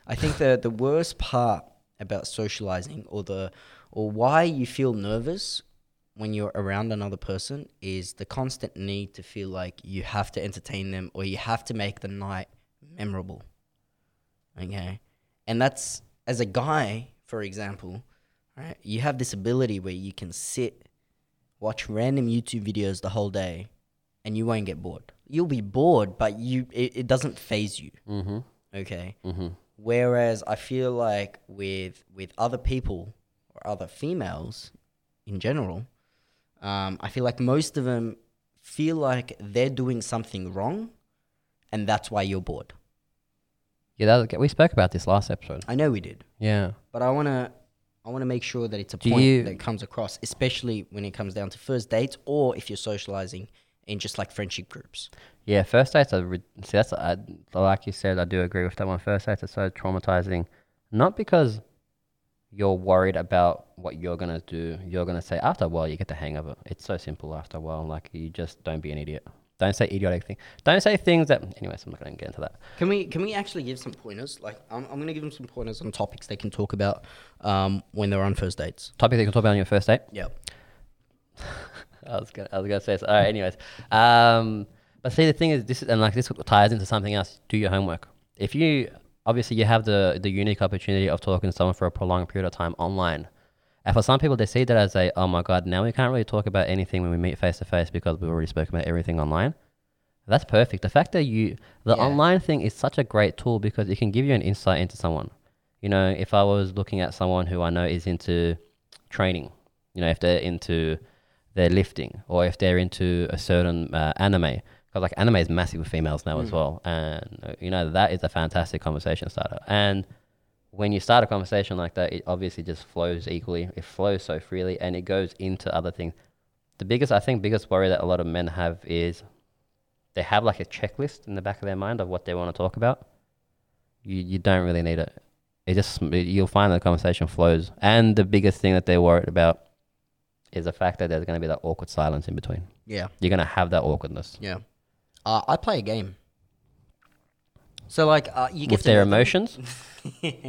S1: I think the the worst part about socializing, or the or why you feel nervous when you're around another person, is the constant need to feel like you have to entertain them or you have to make the night memorable. Okay. And that's as a guy, for example, right? You have this ability where you can sit, watch random YouTube videos the whole day, and you won't get bored. You'll be bored, but you it, it doesn't phase you.
S2: Mm-hmm.
S1: Okay.
S2: Mm-hmm.
S1: Whereas I feel like with with other people or other females in general, um, I feel like most of them feel like they're doing something wrong, and that's why you're bored.
S2: Yeah, that, we spoke about this last episode.
S1: I know we did,
S2: Yeah.
S1: but I wanna I wanna make sure that it's a
S2: Do
S1: point
S2: you-
S1: that comes across, especially when it comes down to first dates or if you're socializing in just like friendship groups.
S2: Yeah, first dates are. rid- See, that's I, like you said. I do agree with that one. First dates are so traumatizing, not because you're worried about what you're gonna do. You're gonna say after a while you get the hang of it. It's so simple after a while. Like you just don't be an idiot. Don't say idiotic things. Don't say things that. Anyways, I'm not gonna get into that.
S1: Can we can we actually give some pointers? Like I'm, I'm gonna give them some pointers on topics they can talk about um, when they're on first dates.
S2: Topic that you can talk about on your first date.
S1: Yeah.
S2: I was gonna, I was gonna say. So, all right. Anyways, um, but see, the thing is, this is, and like this ties into something else. Do your homework. If you obviously you have the the unique opportunity of talking to someone for a prolonged period of time online, and for some people they see that as a oh my god, now we can't really talk about anything when we meet face to face because we've already spoken about everything online. That's perfect. The fact that you the
S1: Yeah.
S2: online thing is such a great tool because it can give you an insight into someone. You know, if I was looking at someone who I know is into training, you know, if they're into their lifting or if they're into a certain uh, anime, because like anime is massive with females now as well, and uh, you know that is a fantastic conversation starter. And when you start a conversation like that, it obviously just flows equally. It flows so freely, and it goes into other things. The biggest, I think, biggest worry that a lot of men have is they have like a checklist in the back of their mind of what they want to talk about. You you don't really need it. It just you'll find that the conversation flows. And the biggest thing that they're worried about is the fact that there's going to be that awkward silence in between.
S1: Yeah.
S2: You're going to have that awkwardness
S1: Yeah. Uh, I play a game. So like uh, you get
S2: with
S1: to
S2: their
S1: know *laughs*
S2: emotions.
S1: them- *laughs*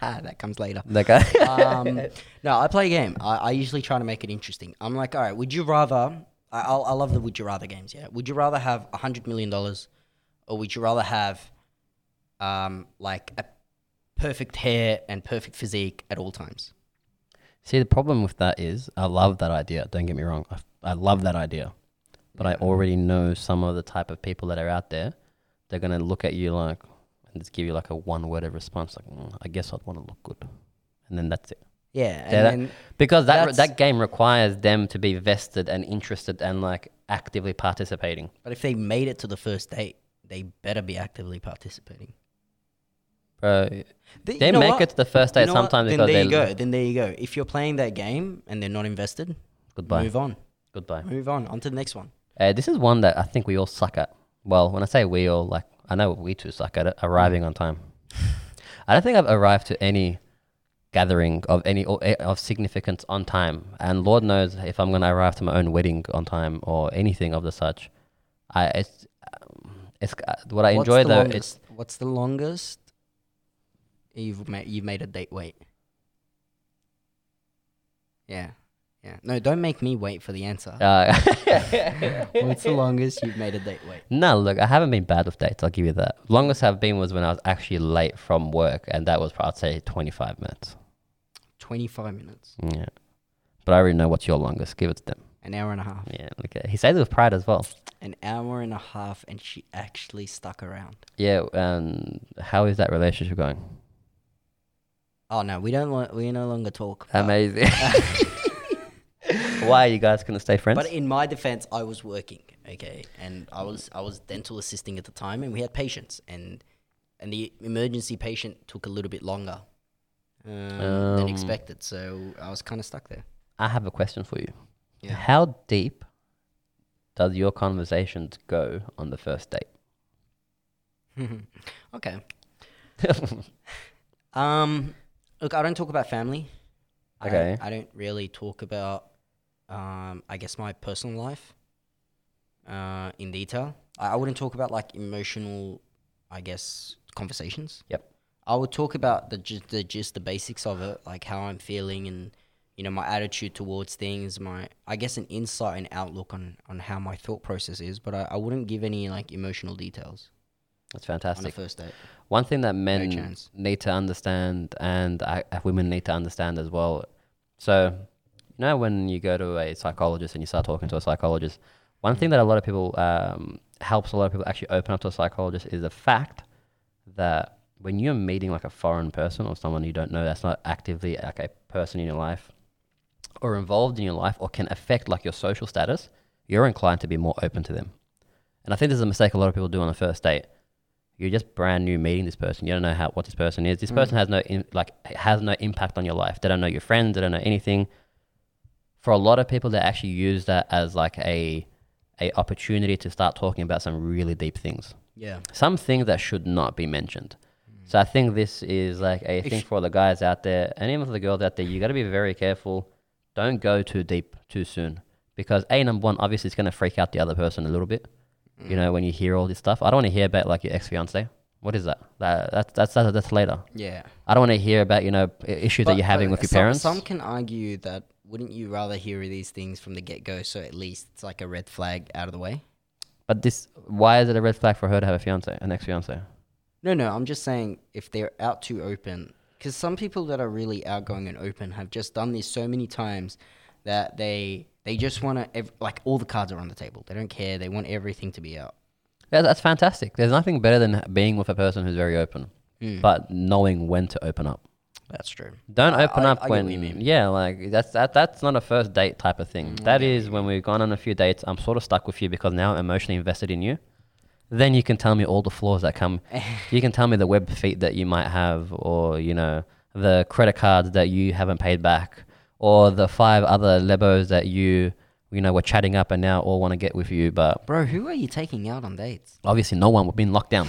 S1: that comes later.
S2: Like, I- *laughs*
S1: *laughs* Um, no, I play a game. I, I usually try to make it interesting. I'm like, all right, would you rather? I, I'll, I love the would you rather games. Yeah. Would you rather have a hundred million dollars, or would you rather have, um, like a perfect hair and perfect physique at all times?
S2: See, the problem with that is I love that idea. Don't get me wrong. I, I love that idea. But I already know some of the type of people that are out there. They're going to look at you like, and just give you like a one word of response, like, "Mm, I guess I'd want to look good. And then that's it.
S1: Yeah. And
S2: Yeah, that-
S1: then
S2: because that,
S1: that's-
S2: that game requires them to be vested and interested and like actively participating.
S1: But if they made it to the first date, they better be actively participating.
S2: Bro,
S1: They,
S2: They make it to the first date sometimes
S1: Then
S2: because
S1: there you
S2: they-
S1: go. Then there you go. If you're playing that game and they're not invested,
S2: goodbye.
S1: move on.
S2: Goodbye.
S1: Move on. On to the next one.
S2: Uh, this is one that I think we all suck at. Well, when I say we all, like I know we two suck at it. Arriving on
S1: *sighs*
S2: time. I don't think I've arrived to any gathering of any or, eh, of significance on time. And Lord knows if I'm gonna arrive to my own wedding on time or anything of the such. I it's um, it's uh, what I enjoy
S1: what's the
S2: though. It's
S1: Longest, what's the longest you've made you've made a date wait? Yeah, yeah. No, don't make me wait for the answer.
S2: uh,
S1: *laughs* what's the longest
S2: *laughs*
S1: you've made a date wait?
S2: No, look, I haven't been bad with dates. I'll give you that. Longest I've been was when I was actually late from work, and that was, I'd say, 25 minutes.
S1: Twenty five minutes,
S2: Yeah. But I already know what's your longest. Give it to them.
S1: an hour and a half,
S2: Yeah. Okay. He says it with pride as well.
S1: an hour and a half, and she actually stuck around.
S2: Yeah. Um, how is that relationship going?
S1: Oh no, we don't. lo- We no longer talk. but-
S2: Amazing. *laughs*
S1: *laughs*
S2: Why are you guys going to stay friends?
S1: But in my defense, I was working, okay, and I was I was dental assisting at the time, and we had patients, and and the emergency patient took a little bit longer um, than
S2: Um.
S1: expected, so I was kind of stuck there.
S2: I have a question for you.
S1: Yeah. *laughs*
S2: How deep does your conversations go on the first date? *laughs*
S1: okay. Um, look, I don't talk about family. I don't-
S2: Okay.
S1: I, don't really talk about, um, I guess my personal life, uh, in detail. I, I wouldn't talk about like emotional, I guess, conversations.
S2: Yep.
S1: I would talk about the just the just the basics of it, like how I'm feeling and you know my attitude towards things, my I guess an insight and outlook on on how my thought process is, but I, I wouldn't give any like emotional details
S2: That's
S1: on the
S2: fantastic.
S1: first date.
S2: One thing that men
S1: chance.
S2: need to understand, and I, uh, women need to understand as well. So, you know, when you go to a psychologist and you start talking to a psychologist, one thing that a lot of people um, helps a lot of people actually open up to a psychologist is the fact that when you're meeting like a foreign person or someone you don't know that's not actively like a person in your life or involved in your life or can affect like your social status, you're inclined to be more open to them. And I think this is a mistake a lot of people do on the first date. You're just brand new meeting this person. You don't know how what this person is. This person has no in, like has no impact on your life. They don't know your friends. They don't know anything. For a lot of people, they actually use that as like a a opportunity to start talking about some really deep things
S1: Yeah.
S2: some things that should not be mentioned. So I think this is like a thing for the guys out there and even for the girls out there. You got to be very careful. Don't go too deep too soon because a number one, obviously, it's going to freak out the other person a little bit. You know, when you hear all this stuff, I don't want to hear about like your ex fiance. What is that? that that's, that's that's that's later.
S1: Yeah.
S2: I don't want to hear about you know i- issues that
S1: But-
S2: you're having
S1: but
S2: with your
S1: some-
S2: parents.
S1: Some can argue that wouldn't you rather hear these things from the get go so at least it's like a red flag out of the way?
S2: But this, why is it a red flag for her to have a fiance, an ex fiance?
S1: No, no, I'm just saying if they're out too open, because some people that are really outgoing and open have just done this so many times that they they just want to ev- like all the cards are on the table. They don't care. They want everything to be out.
S2: Yeah, that's fantastic. There's nothing better than being with a person who's very open,
S1: Hmm.
S2: but knowing when to open up.
S1: That's true.
S2: Don't
S1: I-
S2: open
S1: I-
S2: up
S1: I get
S2: when
S1: what you mean. Hmm,
S2: yeah, like that's that that's not a first date type of thing. That is when we've gone on a few dates. I'm sort of stuck with you because now I'm emotionally invested in you. Then you can tell me all the flaws
S1: *laughs*
S2: that come. you can tell me the web feet that you might have, or you know the credit cards that you haven't paid back, or the five other lebos that you you know were chatting up and now all want to get with you, but
S1: Bro, who are you taking out on dates?
S2: obviously no one would be in lockdown.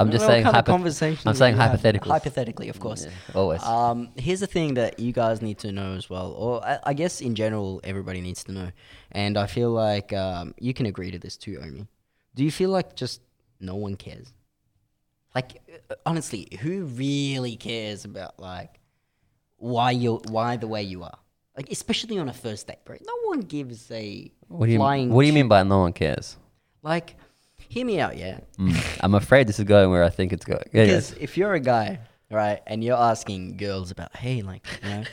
S2: I'm just saying, hypo-
S1: conversation.
S2: I'm saying hypothetical.
S1: Hypothetically, of course.
S2: always.
S1: Um, here's the thing that you guys need to know as well, or I, I guess in general, everybody needs to know. And I feel like um, you can agree to this too, Omi. Do you feel like just no one cares? Like, uh, honestly, who really cares about like why you are why the way you are? Like, especially on a first date, bro. No one gives a
S2: what do you
S1: flying.
S2: what do you mean by no one cares? Mm.
S1: Like, hear me out, yeah.
S2: I'm afraid this is going where I think it's going. Yeah,
S1: Because if you're a guy, right, and you're asking girls about, hey, like, you
S2: *laughs*
S1: know,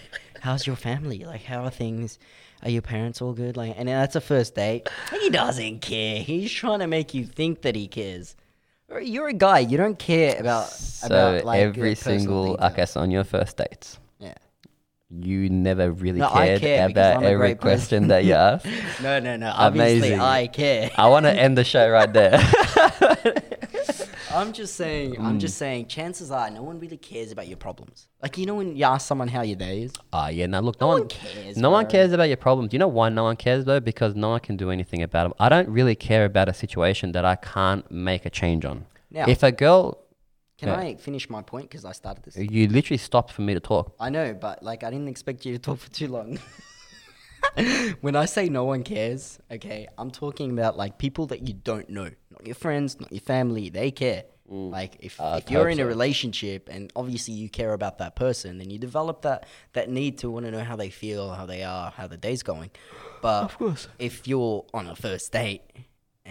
S1: how's your family? Like, how are things? Are your parents all good? Like, and that's a first date. He doesn't care. He's trying to make you think that he cares. Or You're a guy. You don't care about
S2: So
S1: about like your
S2: every
S1: personal
S2: single, I
S1: details.
S2: guess, on your first dates,
S1: Yeah.
S2: you never really
S1: No, I
S2: cared
S1: care because
S2: about
S1: I'm a
S2: every
S1: great person. *laughs*
S2: question that you asked.
S1: No, no, no. Obviously,
S2: Amazing. Uh,
S1: I care.
S2: I want to end the show right
S1: *laughs*
S2: there. *laughs*
S1: I'm just saying.
S2: mm.
S1: I'm just saying. Chances are, no one really cares about your problems. Like you know, when you ask someone how your day is,
S2: Ah, yeah. Now look, no,
S1: no
S2: one,
S1: one cares.
S2: no one
S1: bro.
S2: cares about your problems. You know why no one cares though? Because no one can do anything about them. I don't really care about a situation that I can't make a change on.
S1: Now-
S2: if a girl,
S1: Can
S2: Yeah.
S1: I finish my point? Because I started this.
S2: you literally stopped for me to talk.
S1: I know, but like I didn't expect you to talk for too long. when I say no one cares, okay, I'm talking about like people that you don't know, not your friends, not your family. They care. Like if, if
S2: I'd
S1: you're
S2: Mm. hope
S1: in a
S2: so.
S1: relationship and obviously you care about that person, then you develop that that need to want to know how they feel, how they are, how the day's going. But of course, if you're on a first date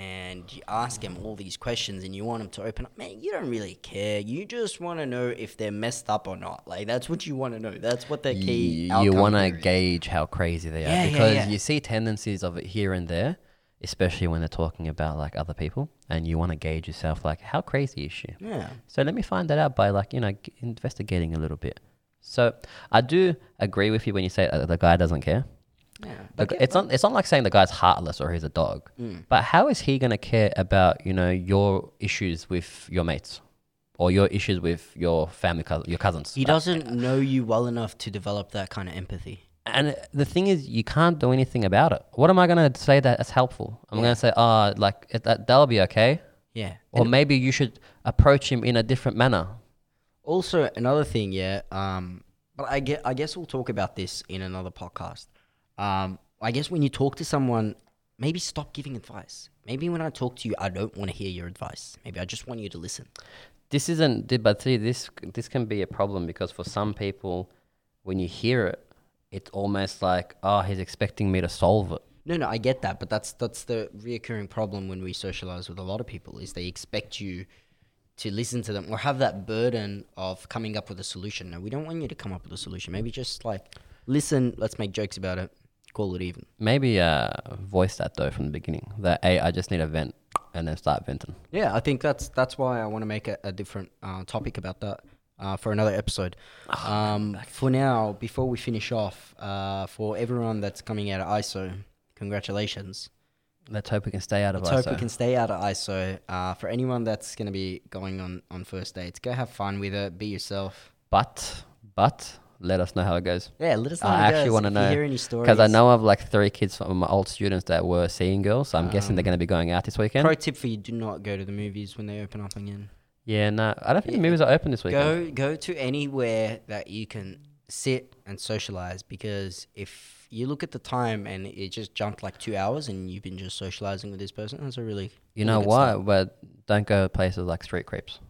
S1: and you ask them all these questions and you want them to open up, man, you don't really care. You just want to know if they're messed up or not. Like that's what you want to know. That's what the key.
S2: you,
S1: outcome
S2: want to
S1: here is.
S2: gauge how crazy they are
S1: Yeah, yeah,
S2: because
S1: yeah.
S2: you see tendencies of it here and there especially when they're talking about like other people and you want to gauge yourself like how crazy is she
S1: Yeah.
S2: so let me find that out by like you know g- investigating a little bit so i do agree with you when you say uh, the guy doesn't care
S1: Yeah.
S2: The gu- it's not it's not like saying the guy's heartless or he's a dog
S1: Mm.
S2: but how is he going to care about you know your issues with your mates or your issues with your family cous- your cousins
S1: He doesn't know you well enough to develop that kind of empathy.
S2: And the thing is, you can't do anything about it. What am I going to say that is helpful? I'm going to say, oh, like it, that, that'll be okay.
S1: Yeah.
S2: Or maybe you should approach him in a different manner.
S1: Also, another thing, yeah. Um, but I get, I guess we'll talk about this in another podcast. Um, I guess when you talk to someone, maybe stop giving advice. Maybe when I talk to you, I don't want to hear your advice. Maybe I just want you to listen.
S2: This isn't, di- but see, this this can be a problem because for some people, when you hear it, it's almost like, oh, he's expecting me to solve it.
S1: No, no, I get that, but that's that's the reoccurring problem when we socialize with a lot of people is they expect you to listen to them or have that burden of coming up with a solution. No, we don't want you to come up with a solution. Maybe just like listen. Let's make jokes about it. Call it even.
S2: Maybe uh, voice that though from the beginning. That hey, I just need a vent. and then start venting.
S1: Yeah, I think that's that's why I want to make a, a different uh, topic about that uh, for another episode. Um, for now, before we finish off, uh, for everyone that's coming out of ISO, congratulations.
S2: Let's hope we can stay out of
S1: Let's
S2: ISO.
S1: hope we can stay out of ISO. Uh, for anyone that's going to be going on, on first dates, go have fun with it. Be yourself.
S2: But but let us know how it goes.
S1: Yeah, let us know.
S2: I
S1: how it
S2: actually
S1: goes.
S2: wanna
S1: If
S2: know,
S1: you hear any stories.
S2: Because I know I've like three kids from my old students that were seeing girls, so I'm guessing they're going to be going out this weekend.
S1: Um, Pro tip for you: Do not go to the movies when they open up again.
S2: yeah, no, I don't think
S1: Yeah.
S2: the movies are open this weekend.
S1: Go go to anywhere that you can sit and socialize because if you look at the time and it just jumped like two hours and you've been just socializing with this person, that's a really
S2: You know
S1: really good
S2: why?
S1: start.
S2: But don't go to places like street creeps.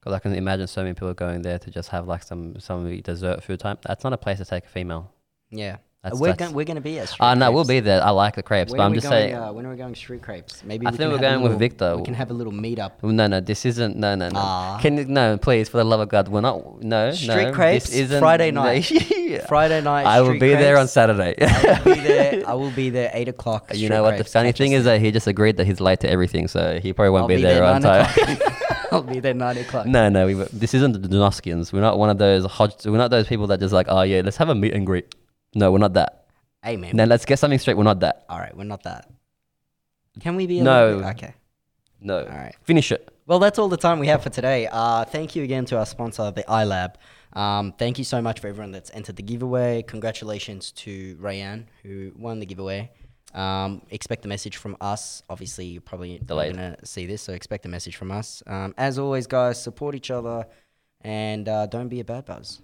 S2: Because I can imagine so many people going there to just have like some some dessert food time. That's not a place to take a female.
S1: Yeah,
S2: That's,
S1: we're
S2: that's-
S1: going we're gonna be at. Street
S2: Oh no, we'll
S1: crepes.
S2: be there. I like the crepes,
S1: When
S2: but
S1: are
S2: I'm
S1: we
S2: just
S1: going,
S2: saying.
S1: uh, when are we going street crepes? Maybe
S2: I
S1: we
S2: think
S1: can
S2: we're
S1: have a
S2: going with
S1: little-
S2: Victor.
S1: We can have a little meetup.
S2: no, no, this isn't. No, no, no.
S1: Ah.
S2: Can you, no, please, for the love of God, we're not. No,
S1: Street
S2: no.
S1: crepes,
S2: This isn't
S1: Friday night.
S2: *laughs* Yeah.
S1: Friday night.
S2: I will be
S1: street
S2: there on
S1: crepes.
S2: Saturday.
S1: I
S2: *laughs*
S1: will be there. I will be there eight o'clock.
S2: you
S1: street
S2: know what? The
S1: crepes,
S2: funny
S1: catch us
S2: thing is that he just agreed that he's late to everything, so he probably won't
S1: I'll
S2: be, there,
S1: nine
S2: on time.
S1: o'clock. *laughs* I'll be there nine o'clock.
S2: *laughs* No, no, we, this isn't the Donoskians. We're not one of those hodge. We're not those people that just like, oh yeah, let's have a meet and greet. No, we're not that.
S1: Hey man.
S2: No, let's get something straight. We're not that.
S1: All right, we're not that. Can we be? A
S2: No.
S1: little bit- Okay.
S2: No.
S1: All right.
S2: Finish it.
S1: Well, that's all the time we have for today. Uh, thank you again to our sponsor, the iLab. Um, thank you so much for everyone that's entered the giveaway. Congratulations to Rayanne, who won the giveaway. Um, expect a message from us. Obviously, you're probably
S2: Delayed.
S1: going to see this, so expect a message from us. Um, as always, guys, support each other and uh, don't be a bad buzz.